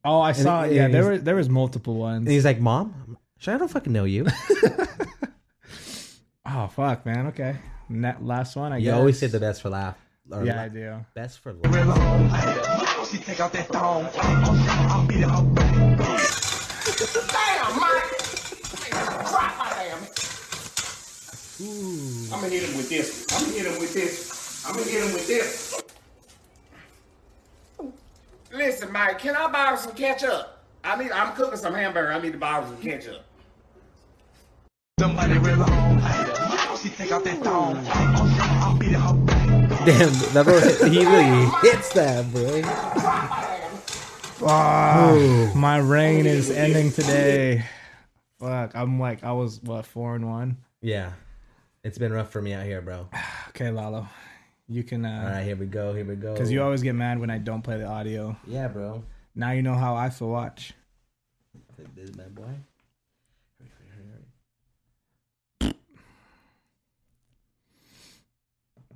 Oh, I saw. it. Yeah,
and
there
he's-
were there was multiple ones.
And he's like, Mom, shit, I don't fucking know you.
Oh fuck, man. Okay, and that last one. I
You
guess.
always say the best for laugh. Or
Yeah,
la-
I do.
Best for laugh.
Damn, Mike! Drop my damn. I'm gonna hit him with this. I'm gonna hit him with this. I'm gonna hit him with this. Listen, Mike, can I borrow some ketchup? I need. I'm cooking some hamburger. I need to borrow some ketchup. Somebody real home. She take out that thong. I'll beat her back.
Damn, that bro, he really hits that, bro.
Ah, my reign is ending today. Fuck, I'm like I was what four and one.
Yeah. It's been rough for me out here, bro.
Okay, Lalo, you can.
All
uh
right, here we go. Here we go.
Because you always get mad when I don't play the audio.
Yeah, bro.
Now you know how I feel. Watch.
Like This bad boy. Hurry, hurry, hurry,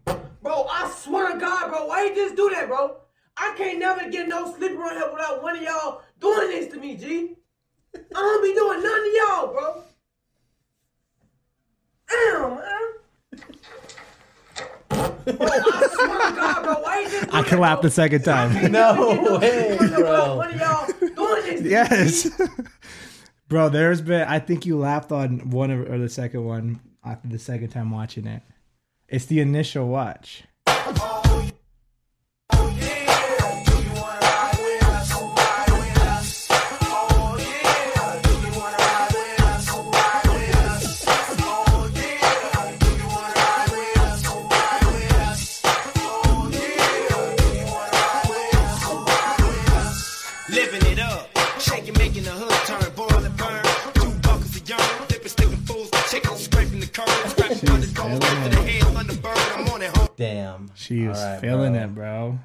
hurry.
Bro, I swear to God, bro, why you just do that, bro? I can't never get no sleep around here without one of y'all doing this to me, G. I don't be doing none of y'all, bro. Damn, man. bro, I swear to God, bro, why you just do
I
that,
can laugh
bro?
the second time.
No way,
Without
bro.
One of y'all doing this to me,
yes, bro. There's been. I think you laughed on one of, or the second one after the second time watching it. It's the initial watch.
Living it up, shaking, making the hood turn, boil and burn. Two buckets of yarn, dipping, sticking fools, chicken scraping the curves, scratching on the
feeling
gold, for the head, thunderbird. I'm on it, home.
Damn.
She was
All right,
feeling
bro.
it, bro.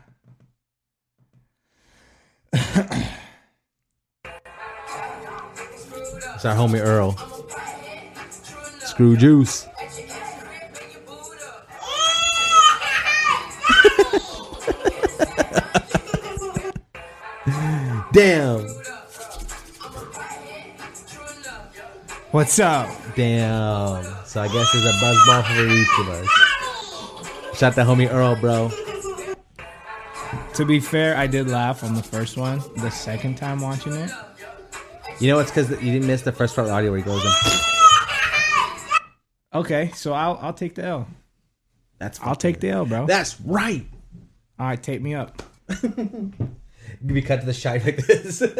It's our homie Earl. Screw juice. Damn.
What's up?
Damn. So I guess there's a buzz ball for each of us. Shout that homie Earl, bro.
To be fair, I did laugh on the first one. The second time watching it,
You know it's because you didn't miss the first part of the audio where he goes. um, in.
okay, so I'll I'll take the L.
That's
I'll take the L, bro.
That's right.
All right, take me up.
We cut to the shine like this.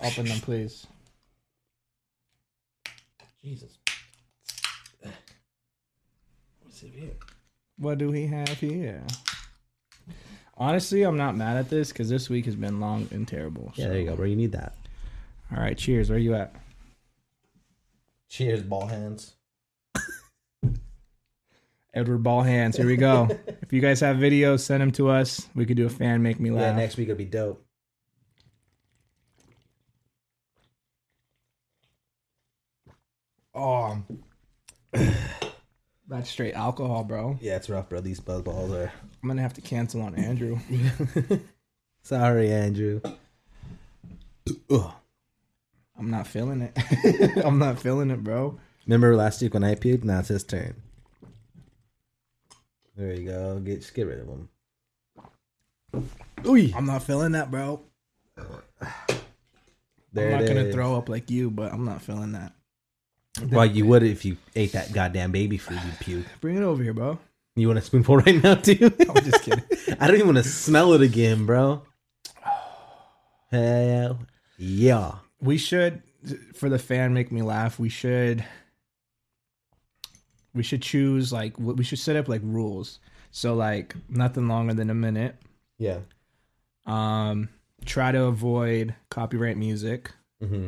Open them, please.
Jesus. What's it here?
What do we have here? Honestly, I'm not mad at this because this week has been long and terrible.
yeah, there you go, bro. You need that.
All right, cheers. Where you at?
Cheers, ball hands.
Edward Ball Hands. Here we go. if you guys have videos, send them to us. We could do a fan make me
Yeah,
laugh.
next week it'll be dope.
Oh, that's straight alcohol, bro.
Yeah, it's rough, bro. These buzz balls are.
I'm gonna have to cancel on Andrew.
Sorry, Andrew. Ugh.
I'm not feeling it. I'm not feeling it, bro.
Remember last week when I puked? Now it's his turn. There you go. Get just get rid of him. Ooh,
I'm not feeling that, bro.
there
I'm
it
not gonna
is.
throw up like you, but I'm not feeling that.
Well, you would if you ate that goddamn baby food. You'd puke.
Bring it over here, bro.
You want a spoonful right now too?
I'm just kidding.
I don't even want to smell it again, bro. Hell yeah.
we should for the fan make me laugh we should we should choose like w- we should set up like rules so like nothing longer than a minute
Yeah.
um try to avoid copyright music
Mm-hmm.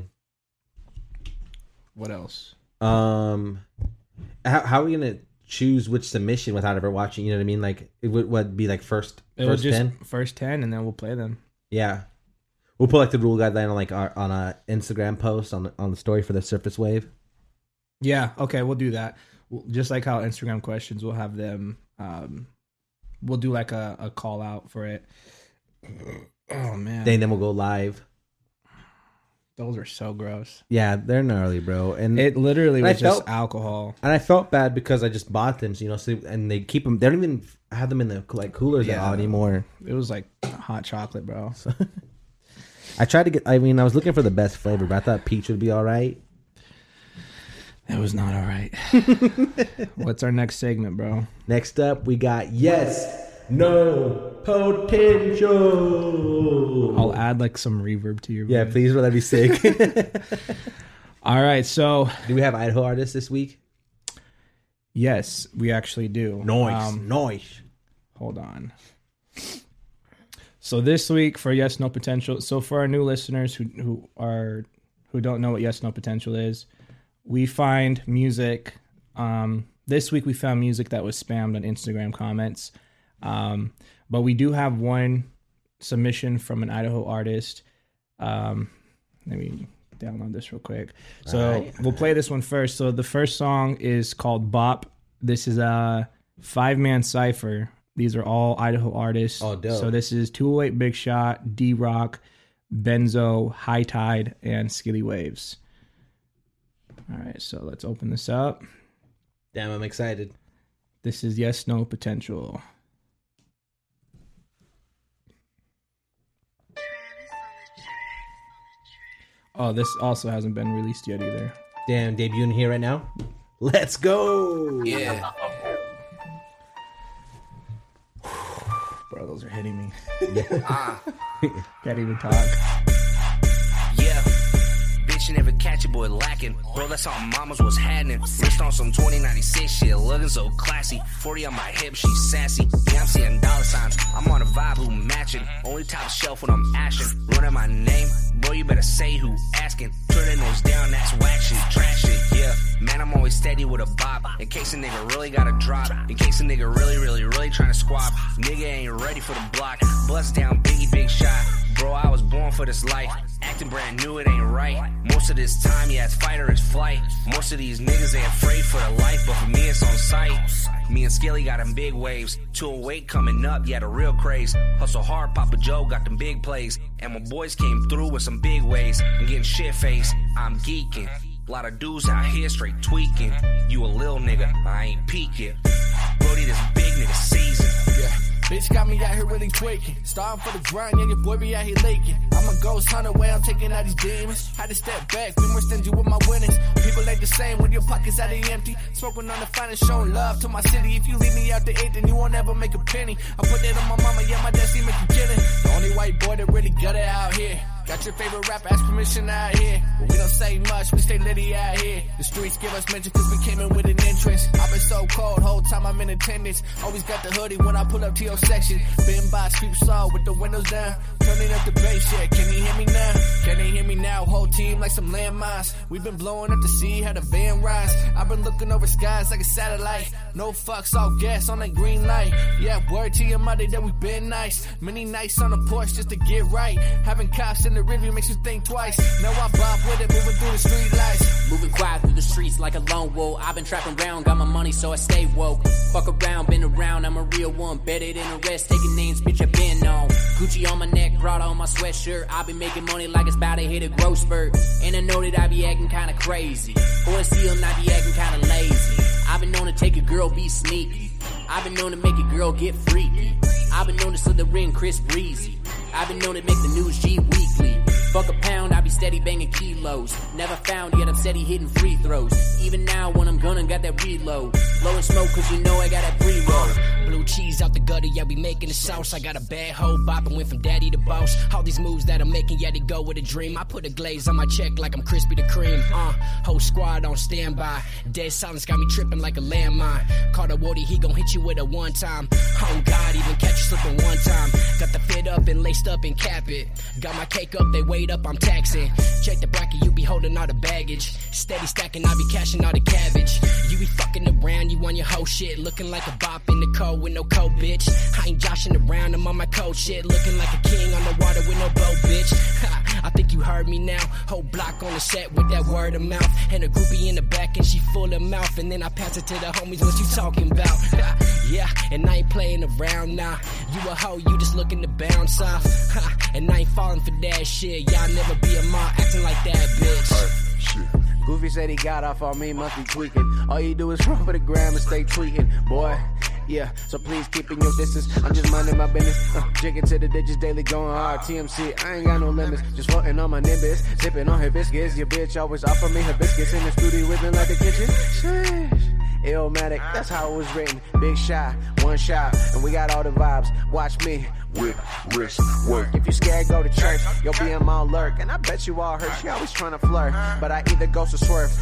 what else
Um, how, how are we gonna choose which submission without ever watching? You know what I mean? Like it would what be like first
it
first
was just
ten?
first 10 and then we'll play them
Yeah. We'll put like the rule guideline on like our, on a Instagram post on on the story for the surface wave.
yeah okay we'll do that We'll- just like how instagram questions we'll have them um we'll do like a, a call out for it oh man
Then then we'll go live.
those are so gross
Yeah, they're gnarly, bro. And
it literally
And I
was just
felt-
alcohol
and I felt bad because I just bought them, you know. So and they keep them. They don't even have them in the like coolers at
Yeah.
all anymore.
It was like hot chocolate, bro.
I tried to get. I mean, I was looking for the best flavor, but I thought peach would be all right.
That was not all right. What's our next segment, bro?
Next up, we got yes, no potential.
I'll add like some reverb to your
Yeah,
voice.
please, bro. That'd be sick.
All right, so
Do we have Idaho artists this week?
yes, we actually do. Um,
noise.
hold on. So this week for yes no potential. So for our new listeners who who are who don't know what yes no potential is, we find music. Um, this week we found music that was spammed on Instagram comments, um, but we do have one submission from an Idaho artist. Um, let me download this real quick. So we'll play this one first. So the first song is called "Bop." This is a five-man cipher. These are all Idaho artists.
Oh, dope.
So this is 208 Big Shot, D Rock, Benzo, High Tide, and Skilly Waves. All right, so let's open this up.
Damn, I'm excited.
This is yes, no potential. Oh, this also hasn't been released yet either.
Damn, debuting here right now. Let's go.
Yeah.
Bro, those are hitting me.
Ah.
Can't even talk.
Yeah. Bitch, you never catch a boy lacking. Bro, that's all mamas was happening. Wrist on some 2096 shit, looking so classy. 40 on my hip, she sassy. Yeah, I'm seeing dollar signs. I'm on a vibe who matching. Only top shelf when I'm ashing. Running my name, bro, you better say who asking. Turning those down, that's whack shit, trash shit, yeah. Man, I'm always steady with a bob. In case a nigga really got to drop. In case a nigga really, really, really trying to squab. Nigga ain't ready for the block. Bust down, biggie, big shot. Bro, I was born for this life. Acting brand new, it ain't right. Most of this time, yeah, it's fight or it's flight. Most of these niggas ain't afraid for their life, but for me, it's on sight. Me and Skelly got them big waves. 208 coming up, yeah, the real craze. Hustle hard, Papa Joe got them big plays. And my boys came through with some big waves. I'm getting shit faced, I'm geeking. Lot of dudes out here straight tweaking. You a little nigga, I ain't peeking. Brody, this big nigga season. Yeah.
Bitch got me out here really tweaking. Starting for the grind, yeah, your boy be out here leaking. I'm a ghost hunter, way I'm taking out these demons. Had to step back, be more stingy with my winnings. People ain't the same when your pockets out of empty. Smoking on the finest, showing love to my city. If you leave me out the eight, then you won't ever make a penny. I put that on my mama, yeah, my dad she make a killing. The only white boy that really got it out here. Got your favorite rapper, ask permission out here. But we don't say much, we stay litty out here. The streets give us mention cause we came in with an entrance. I've been so cold, whole time I'm in attendance. Always got the hoodie when I pull up to your section. Been by sweep saw with the windows down. Turning up the bass, yeah, can you hear me now? Can they hear me now? Whole team like some landmines. We've been blowing up to see how the van rise. I've been looking over skies like a satellite. No fucks, all gas on that green light. Yeah, word to your mother that we been nice. Many nights on the porch just to get right. Having cops in the review makes you think twice. Now I bob with it, moving through the street lights.
Moving quiet through the streets like a lone wolf. I've been trapping round, got my money so I stay woke. Fuck around, been around, I'm a real one. Bedded in the rest, taking names, bitch, I've been on. Gucci on my neck, Prada on my sweatshirt. I've been making money like it's about to hit a growth spurt. And I know that I be acting kinda crazy. Or still not be acting kinda lazy. I've been known to take a girl, be sneaky. I've been known to make a girl get freaky. I've been known to slip the ring crisp breezy. I've been known to make the news G weekly. Fuck a pound, I be steady banging kilos. Never found yet, I'm steady hitting free throws. Even now, when I'm gunning, got that reload. Blowing smoke, cause you know I got that pre roll.
Blue cheese out the gutter, yeah, we making the sauce. I got a bad hoe bopping, went from daddy to boss. All these moves that I'm making, yeah, they go with a dream. I put a glaze on my check like I'm crispy the cream. Uh, whole squad on standby. Dead silence got me tripping like a landmine. Caught a wardy, he gon' hit you with a one time. Oh God, even catch you slipping one time. Got the fit up and laced up and cap it. Got my cake up, they weighed up, I'm taxing. Check the bracket, you be holding all the baggage. Steady stacking, I be cashing all the cabbage. You be fucking around, you on your whole shit. Looking like a bop in the cold with no coat, bitch. I ain't joshing around, I'm on my cold shit. Looking like a king on the water with no boat, bitch. Ha, I think you heard me now. Whole block on the set with that word of mouth. And a groupie in the back, and she full of mouth. And then I pass it to the homies, what you talking about? Ha, yeah, and I ain't playing around now. You a hoe, you just looking to bounce off. Ha, and I ain't falling for that shit. Y'all never be a mom acting like that, bitch.
Goofy said he got off on me, must be tweaking. All you do is run for the gram and stay tweeting, boy. Yeah, so please keep in your distance. I'm just minding my business. Uh, drinking to the ditches daily, going hard. TMC, I ain't got no limits. Just floating on my nimbus, sipping on hibiscus. Your bitch always offer me hibiscus in the studio, whipping like the kitchen. Sheesh. Illmatic, that's how it was written. Big shot, one shot, and we got all the vibes. Watch me whip, wrist, work. If you scared, go to church. You'll be in my lurk, and I bet you all hurt. She always trying to flirt, but I either ghost or swerve.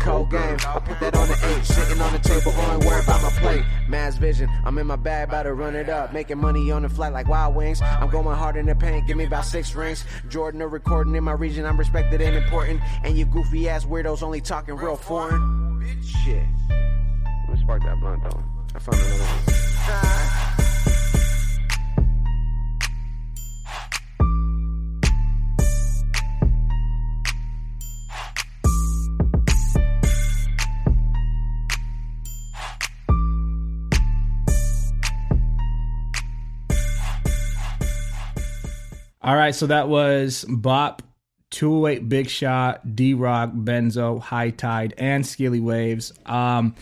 Cold game, I put that on the eight, sitting on the table, on work by my plate. Mass vision, I'm in my bag, about to run it up, making money on the flight like Wild Wings. I'm going hard in the paint, give me about six rings. Jordan, a recording in my region, I'm respected and important. And you goofy ass weirdos only talking real foreign. Bitch, shit. Let me spark that blunt though. I found another one.
All right, so that was Bop, 208 Big Shot, D Rock, Benzo, High Tide, and Skilly Waves. Um,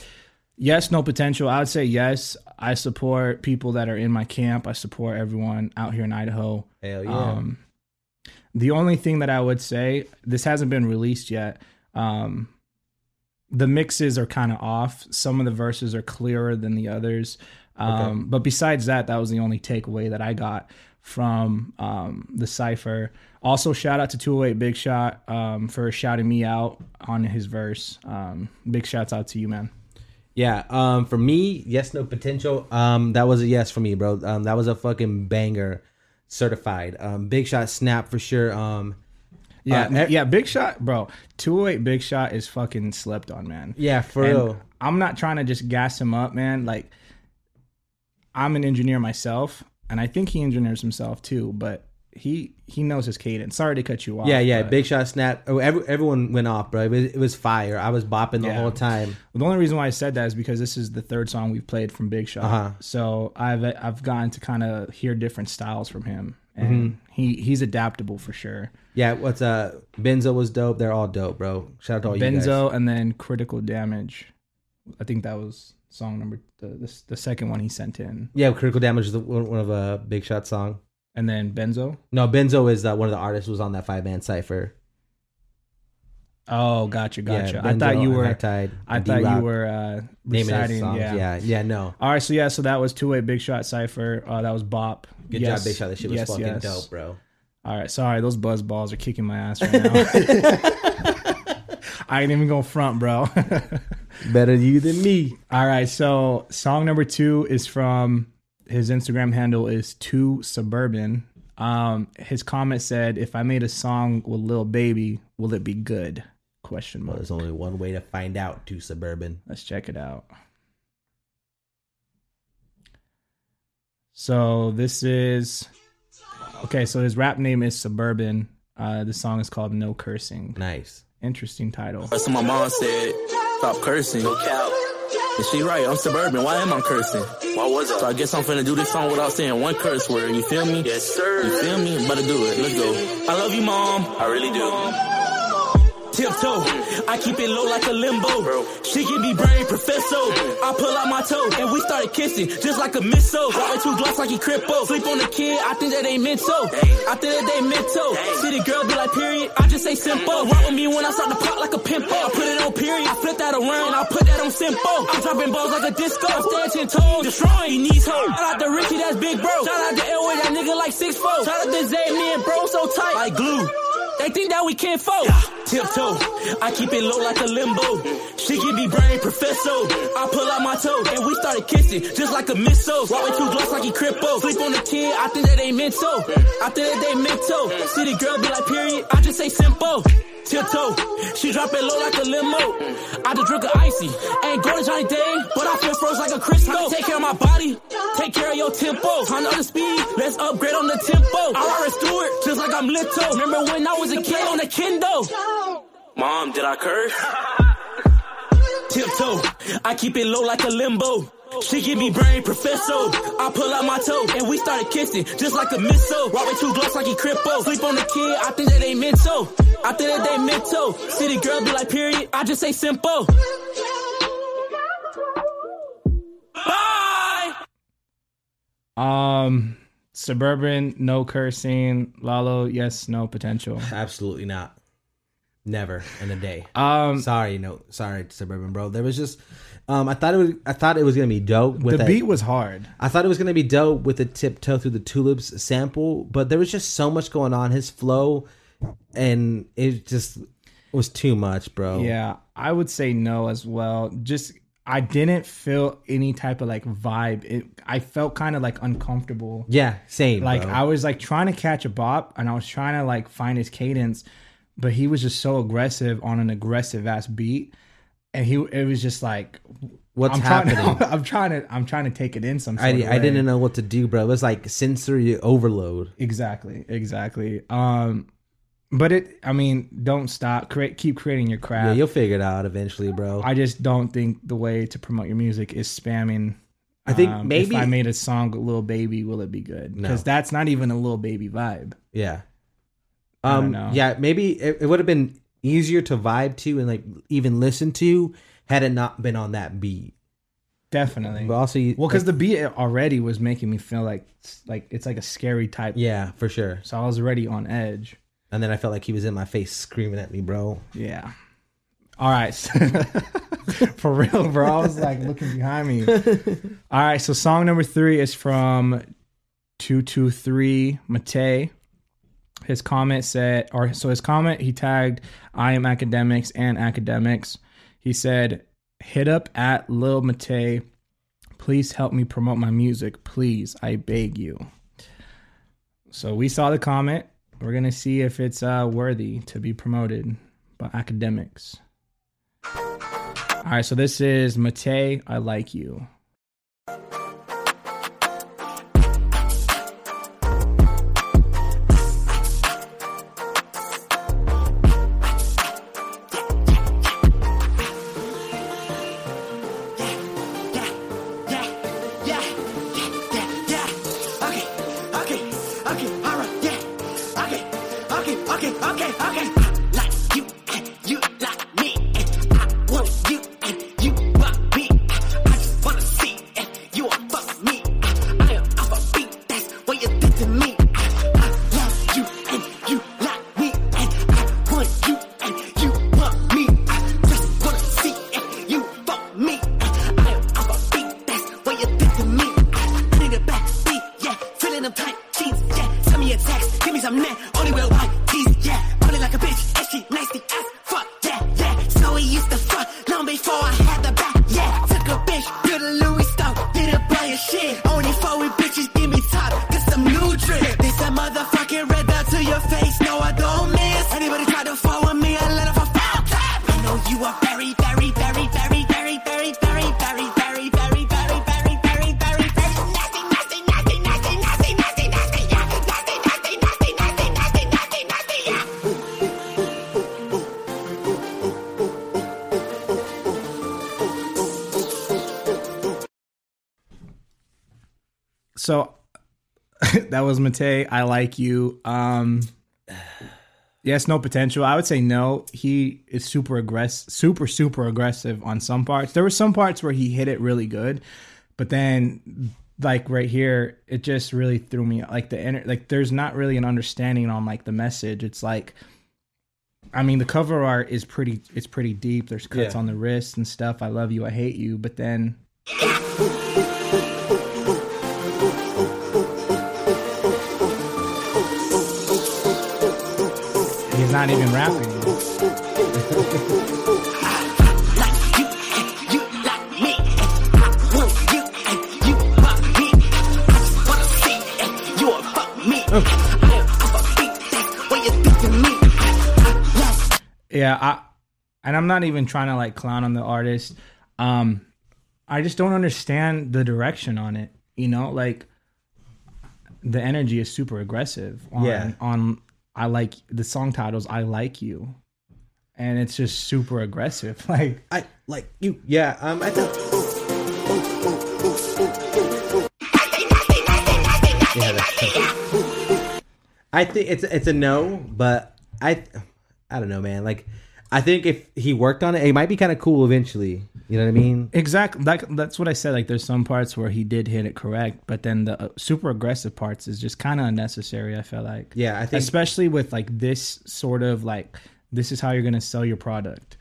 yes, no potential. I would say yes. I support people that are in my camp. I support everyone out here in Idaho.
Hell yeah.
Um, the only thing that I would say, this hasn't been released yet. Um, the mixes are kind of off. Some of the verses are clearer than the others. Um, But besides that, that was the only takeaway that I got from um, the cipher. Also, shout out to 208 Big Shot um, for shouting me out on his verse. Um, big shouts out to you, man.
Yeah, um, for me, yes, no potential. Um, that was a yes for me, bro. Um, that was a fucking banger, certified. Um, big shot snap for sure. Um,
Yeah,
uh,
yeah, Big Shot, bro. 208 Big Shot is fucking slept on, man.
Yeah, for
And
real.
I'm not trying to just gas him up, man. Like, I'm an engineer myself, and I think he engineers himself too, but he he knows his cadence. Sorry to cut you off.
yeah, yeah.
but-
Big shot snap. Oh, every, everyone went off, bro. It was, it was fire. I was bopping the
Yeah.
whole time.
The only reason why I said that is because this is the third song we've played from Big Shot.
Uh-huh.
So I've I've gotten to kind of hear different styles from him, and
Mhm.
he he's adaptable for sure.
Yeah, what's uh Benzo was dope. They're all dope, bro. Shout out to all Oh, you guys.
Benzo and then Critical Damage. I think that was song number the the, the second one he sent in,
Yeah, Critical Damage is the- one one of uh, Big Shot song.
and then Benzo.
No, Benzo is uh, one of the artists who was on that five man cipher.
Oh, gotcha,
Yeah,
gotcha. I thought
Benzo
you
and
were.
High Tide,
I
and
thought
D-Rock.
you were uh,
Naming his
reciting.
songs.
Yeah.
Yeah, yeah, no.
All right, so yeah, so that was two way big shot cipher. Uh, that was Bop.
Good job, Big Shot. That shit was fucking dope, bro.
All right, sorry, those buzz balls are kicking my ass right now. I ain't even going front, bro.
Better you than me.
All right, so song number two is from his Instagram handle is two suburban. Um, his comment said, "If I made a song with Lil Baby, will it be good?" Question mark.
There's only one way to find out. Two suburban.
Let's check it out. So this is okay. So his rap name is Suburban. Uh, the song is called No Cursing.
Nice,
interesting title.
That's what my mom said. Stop cursing. No cap. And she right, I'm suburban. Why am I cursing? Why was I? So I guess I'm finna do this song without saying one curse word. You feel me? Yes, sir. You feel me? Better do it. Let's go. I love you, mom. I really do. Tiptoe, I keep it low like a limbo. She give me brain professor. I pull out my toe and we started kissing, just like a missile. Robbing two blocks like he crippo. Sleep on the kid, I think that they meant so. I think that they meant so. City girl be like, period. I just say simple. Rock with me when I start to pop like a pimple. I put it on period. I flip that around, I put that on simple. I'm dropping balls like a disco. I'm staying ten toes, destroying. He needs hope. Shout out to Richie, that's big bro. Shout out to Elway, that nigga like six foot. Shout out to Zay, me and bro so tight like glue. They think that we can't fold. Tiptoe, I keep it low like a limbo. She give me brain professor. I pull out my toe and we started kissing, just like a missile. Rock with two gloves like he crippo. Sleep on the kid, I think that they meant so. I think that they meant so. See the girl be like, period. I just say simple. Tiptoe, she drop it low like a limo. I just drink a icy, ain't going to Johnny Dane, but I feel froze like a Crisco. Take care of my body, take care of your tempo. Time to up the speed, let's upgrade on the tempo. I ride Stewart, just like I'm Lito. Remember when I was a kid on the Kendo? Mom, did I curse? Tiptoe, I keep it low like a limbo. She give me brain professor. I pull out my toe and we started kissing, just like a missile. Rock with two gloves like he crippo. Sleep on the kid, I think that they meant so. I think that they meant so. City girl be like, period. I just say simple.
Um, Suburban, no cursing. Lalo, yes, no potential.
Absolutely not. Never in a day.
Um,
sorry, no, sorry, suburban bro. There was just, um, I thought it was, I thought it was gonna be dope. With
The
that-
beat was hard.
I thought it was gonna be dope with the tiptoe through the tulips sample, but there was just so much going on. His flow, and it just was too much, bro.
Yeah, I would say no as well. Just I didn't feel any type of like vibe. It, I felt kind of like uncomfortable.
Yeah, same,
Like
bro.
I was like trying to catch a bop, and I was trying to like find his cadence, but he was just so aggressive on an aggressive ass beat, and he it was just like,
What's
I'm trying to-
happening?
I'm trying to I'm trying to take it in some. Sort
I,
of
I
way.
didn't know what to do, bro. It was like sensory overload.
Exactly, exactly. Um, but it. I mean, don't stop. Create, keep creating your craft.
Yeah, you'll figure it out eventually, bro.
I just don't think the way to promote your music is spamming.
I think
um,
maybe-
if I made a song with Lil Baby, will it be good?
No.
Because that's not even a Lil Baby vibe.
Yeah.
I don't
Um.
know.
Yeah. Maybe it, it would have been easier to vibe to and like even listen to had it not been on that beat.
Definitely.
But also, you,
Well, because the beat already was making me feel like like it's like a scary type.
yeah, for sure.
So I was already on edge.
And then I felt like he was in my face screaming at me, bro.
Yeah. All right. For real, bro. I was like looking behind me. All right. So song number three is from 223 Mate. His comment said, or so his comment, he tagged I am academics and academics. He said, hit up at Lil Mate. Please help me promote my music. Please. I beg you. So we saw the comment. We're gonna see if it's uh, worthy to be promoted by academics. All right, so this is Mate. I like you.
to me. I need a backseat, yeah. Feeling them tight jeans, yeah. Send me a text, give me some neck. Only real white tees, yeah. Pulling like a bitch, and she nasty as fuck, yeah, yeah. So we used to fuck long before I had the back, yeah. Took a bitch, built a Louis stuff, did a play of shit. Only four with bitches, give me top, get some new drip. This a motherfucking red dot to your face, no I don't miss. Anybody try to follow me, I let off a foul clap. I know you are very, very, very, very, very, very, very, very, very, very, very, very, very, very, very nasty, nasty, nasty, nasty, nasty, nasty, nasty, yeah. Nasty, nasty, nasty, nasty, nasty, nasty, nasty, yeah.
So that was Matei. I like you. Um Yes, no potential. I would say no. He is super aggressive, super super aggressive on some parts. There were some parts where he hit it really good, but then like right here, it just really threw me like the inner like there's not really an understanding on like the message. It's like I mean, the cover art is pretty it's pretty deep. There's cuts
Yeah.
on the wrist and stuff. I love you, I hate you, but then he's not even rapping. yeah i and i'm not even trying to like clown on the artist um i just don't understand the direction on it you know like the energy is super aggressive on
Yeah.
on i like the song titles i like you and it's just super aggressive like
I like you. Yeah, um, I thought. Yeah, that's tough. I think it's it's a no, but I, I don't know, man. Like, I think if he worked on it, it might be kind of cool eventually. You know what I mean?
Exactly. Like that's what I said. Like there's some parts where he did hit it correct, but then the uh, super aggressive parts is just kind of unnecessary. I feel like.
Yeah, I think-
especially with like this sort of like this is how you're gonna sell your product.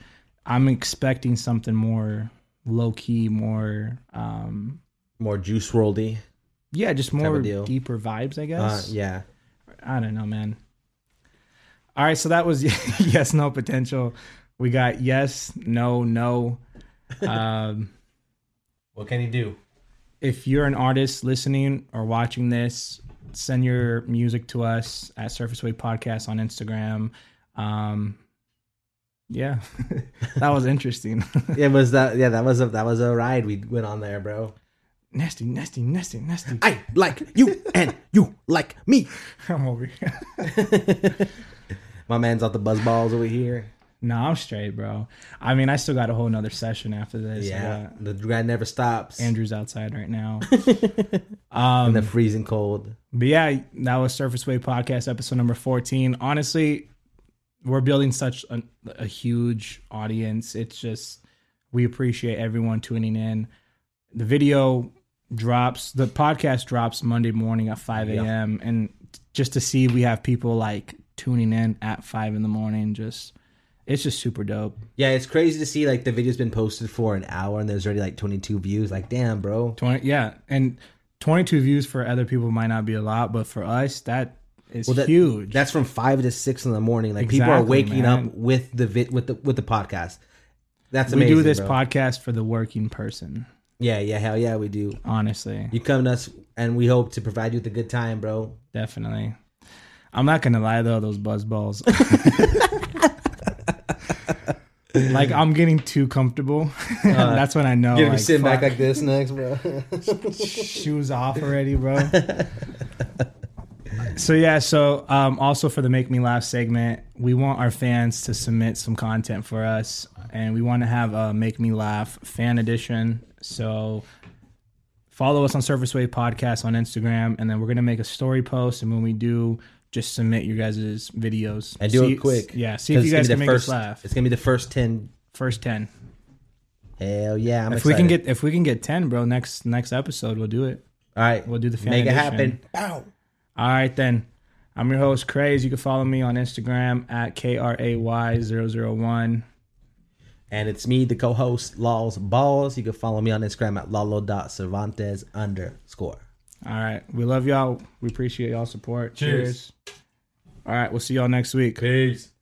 I'm expecting something more low key, more um,
More juice worldy.
yeah, just
Type of
more
deal.
deeper vibes. I guess.
Uh, yeah.
I don't know, man. All right, so that was yes, no potential. We got yes, no, no. Um,
what can he do?
If you're an artist listening or watching this, send your music to us at Surface Wave Podcast on Instagram. Um, yeah, that was interesting.
It was that. Yeah, that was a that was a ride we went on there, bro.
nasty, nasty, nasty, nasty.
I like you, and you like me.
I'm over here.
My man's off the buzz balls over here.
No, I'm straight, bro. I mean, I still got a whole nother session after this. I
Yeah,
got-
the guy never stops.
Andrew's outside right now.
um, in the freezing cold.
But yeah, that was Surface Wave Podcast episode number 14. Honestly, we're building such a, a huge audience. It's just, we appreciate everyone tuning in. The video drops, the podcast drops Monday morning at 5
Yeah.
a.m. And just to see we have people like tuning in at 5 in the morning, just, it's just super dope.
Yeah, it's crazy to see like the video's been posted for an hour and there's already like 22 views. Like, damn, bro.
20, yeah. And 22 views for other people might not be a lot, but for us, that is
that,
huge.
That's from five to six in the morning. Like people are
Exactly,
waking
man.
up with the vid with the with the podcast. That's
we
amazing.
do this
bro.
podcast for the working person.
Yeah, yeah, hell yeah, we do.
Honestly,
you come to us and we hope to provide you with a good time, bro.
Definitely. I'm not gonna lie though, those buzz balls. like I'm getting too comfortable. That's when I know.
Uh, You're gonna be sitting back
fuck,
like this next, bro.
shoes off already, bro. so yeah, so um, also for the make me laugh segment, we want our fans to submit some content for us, and we want to have a make me laugh fan edition. So follow us on Surface Wave Podcast on Instagram, and then we're gonna make a story post, and when we do, just submit your guys' videos
and do
See-
it quick.
Yeah, see if
'Cause
you
it's
guys
gonna be the
can make
first,
us laugh.
It's gonna be the first ten.
First ten.
Hell yeah! I'm
if we can
excited.
get if we can get ten, bro, next next episode we'll do it.
All right,
we'll do the fan
make it
edition.
happen. Bow.
All right then. I'm your host, Craze. You can follow me on Instagram at KRAY001.
And it's me, the co-host, Laws Balls. You can follow me on Instagram at lalo.cervantes underscore.
All right. We love y'all. We appreciate y'all support.
Cheers.
Cheers. All right. We'll see y'all next week.
Peace.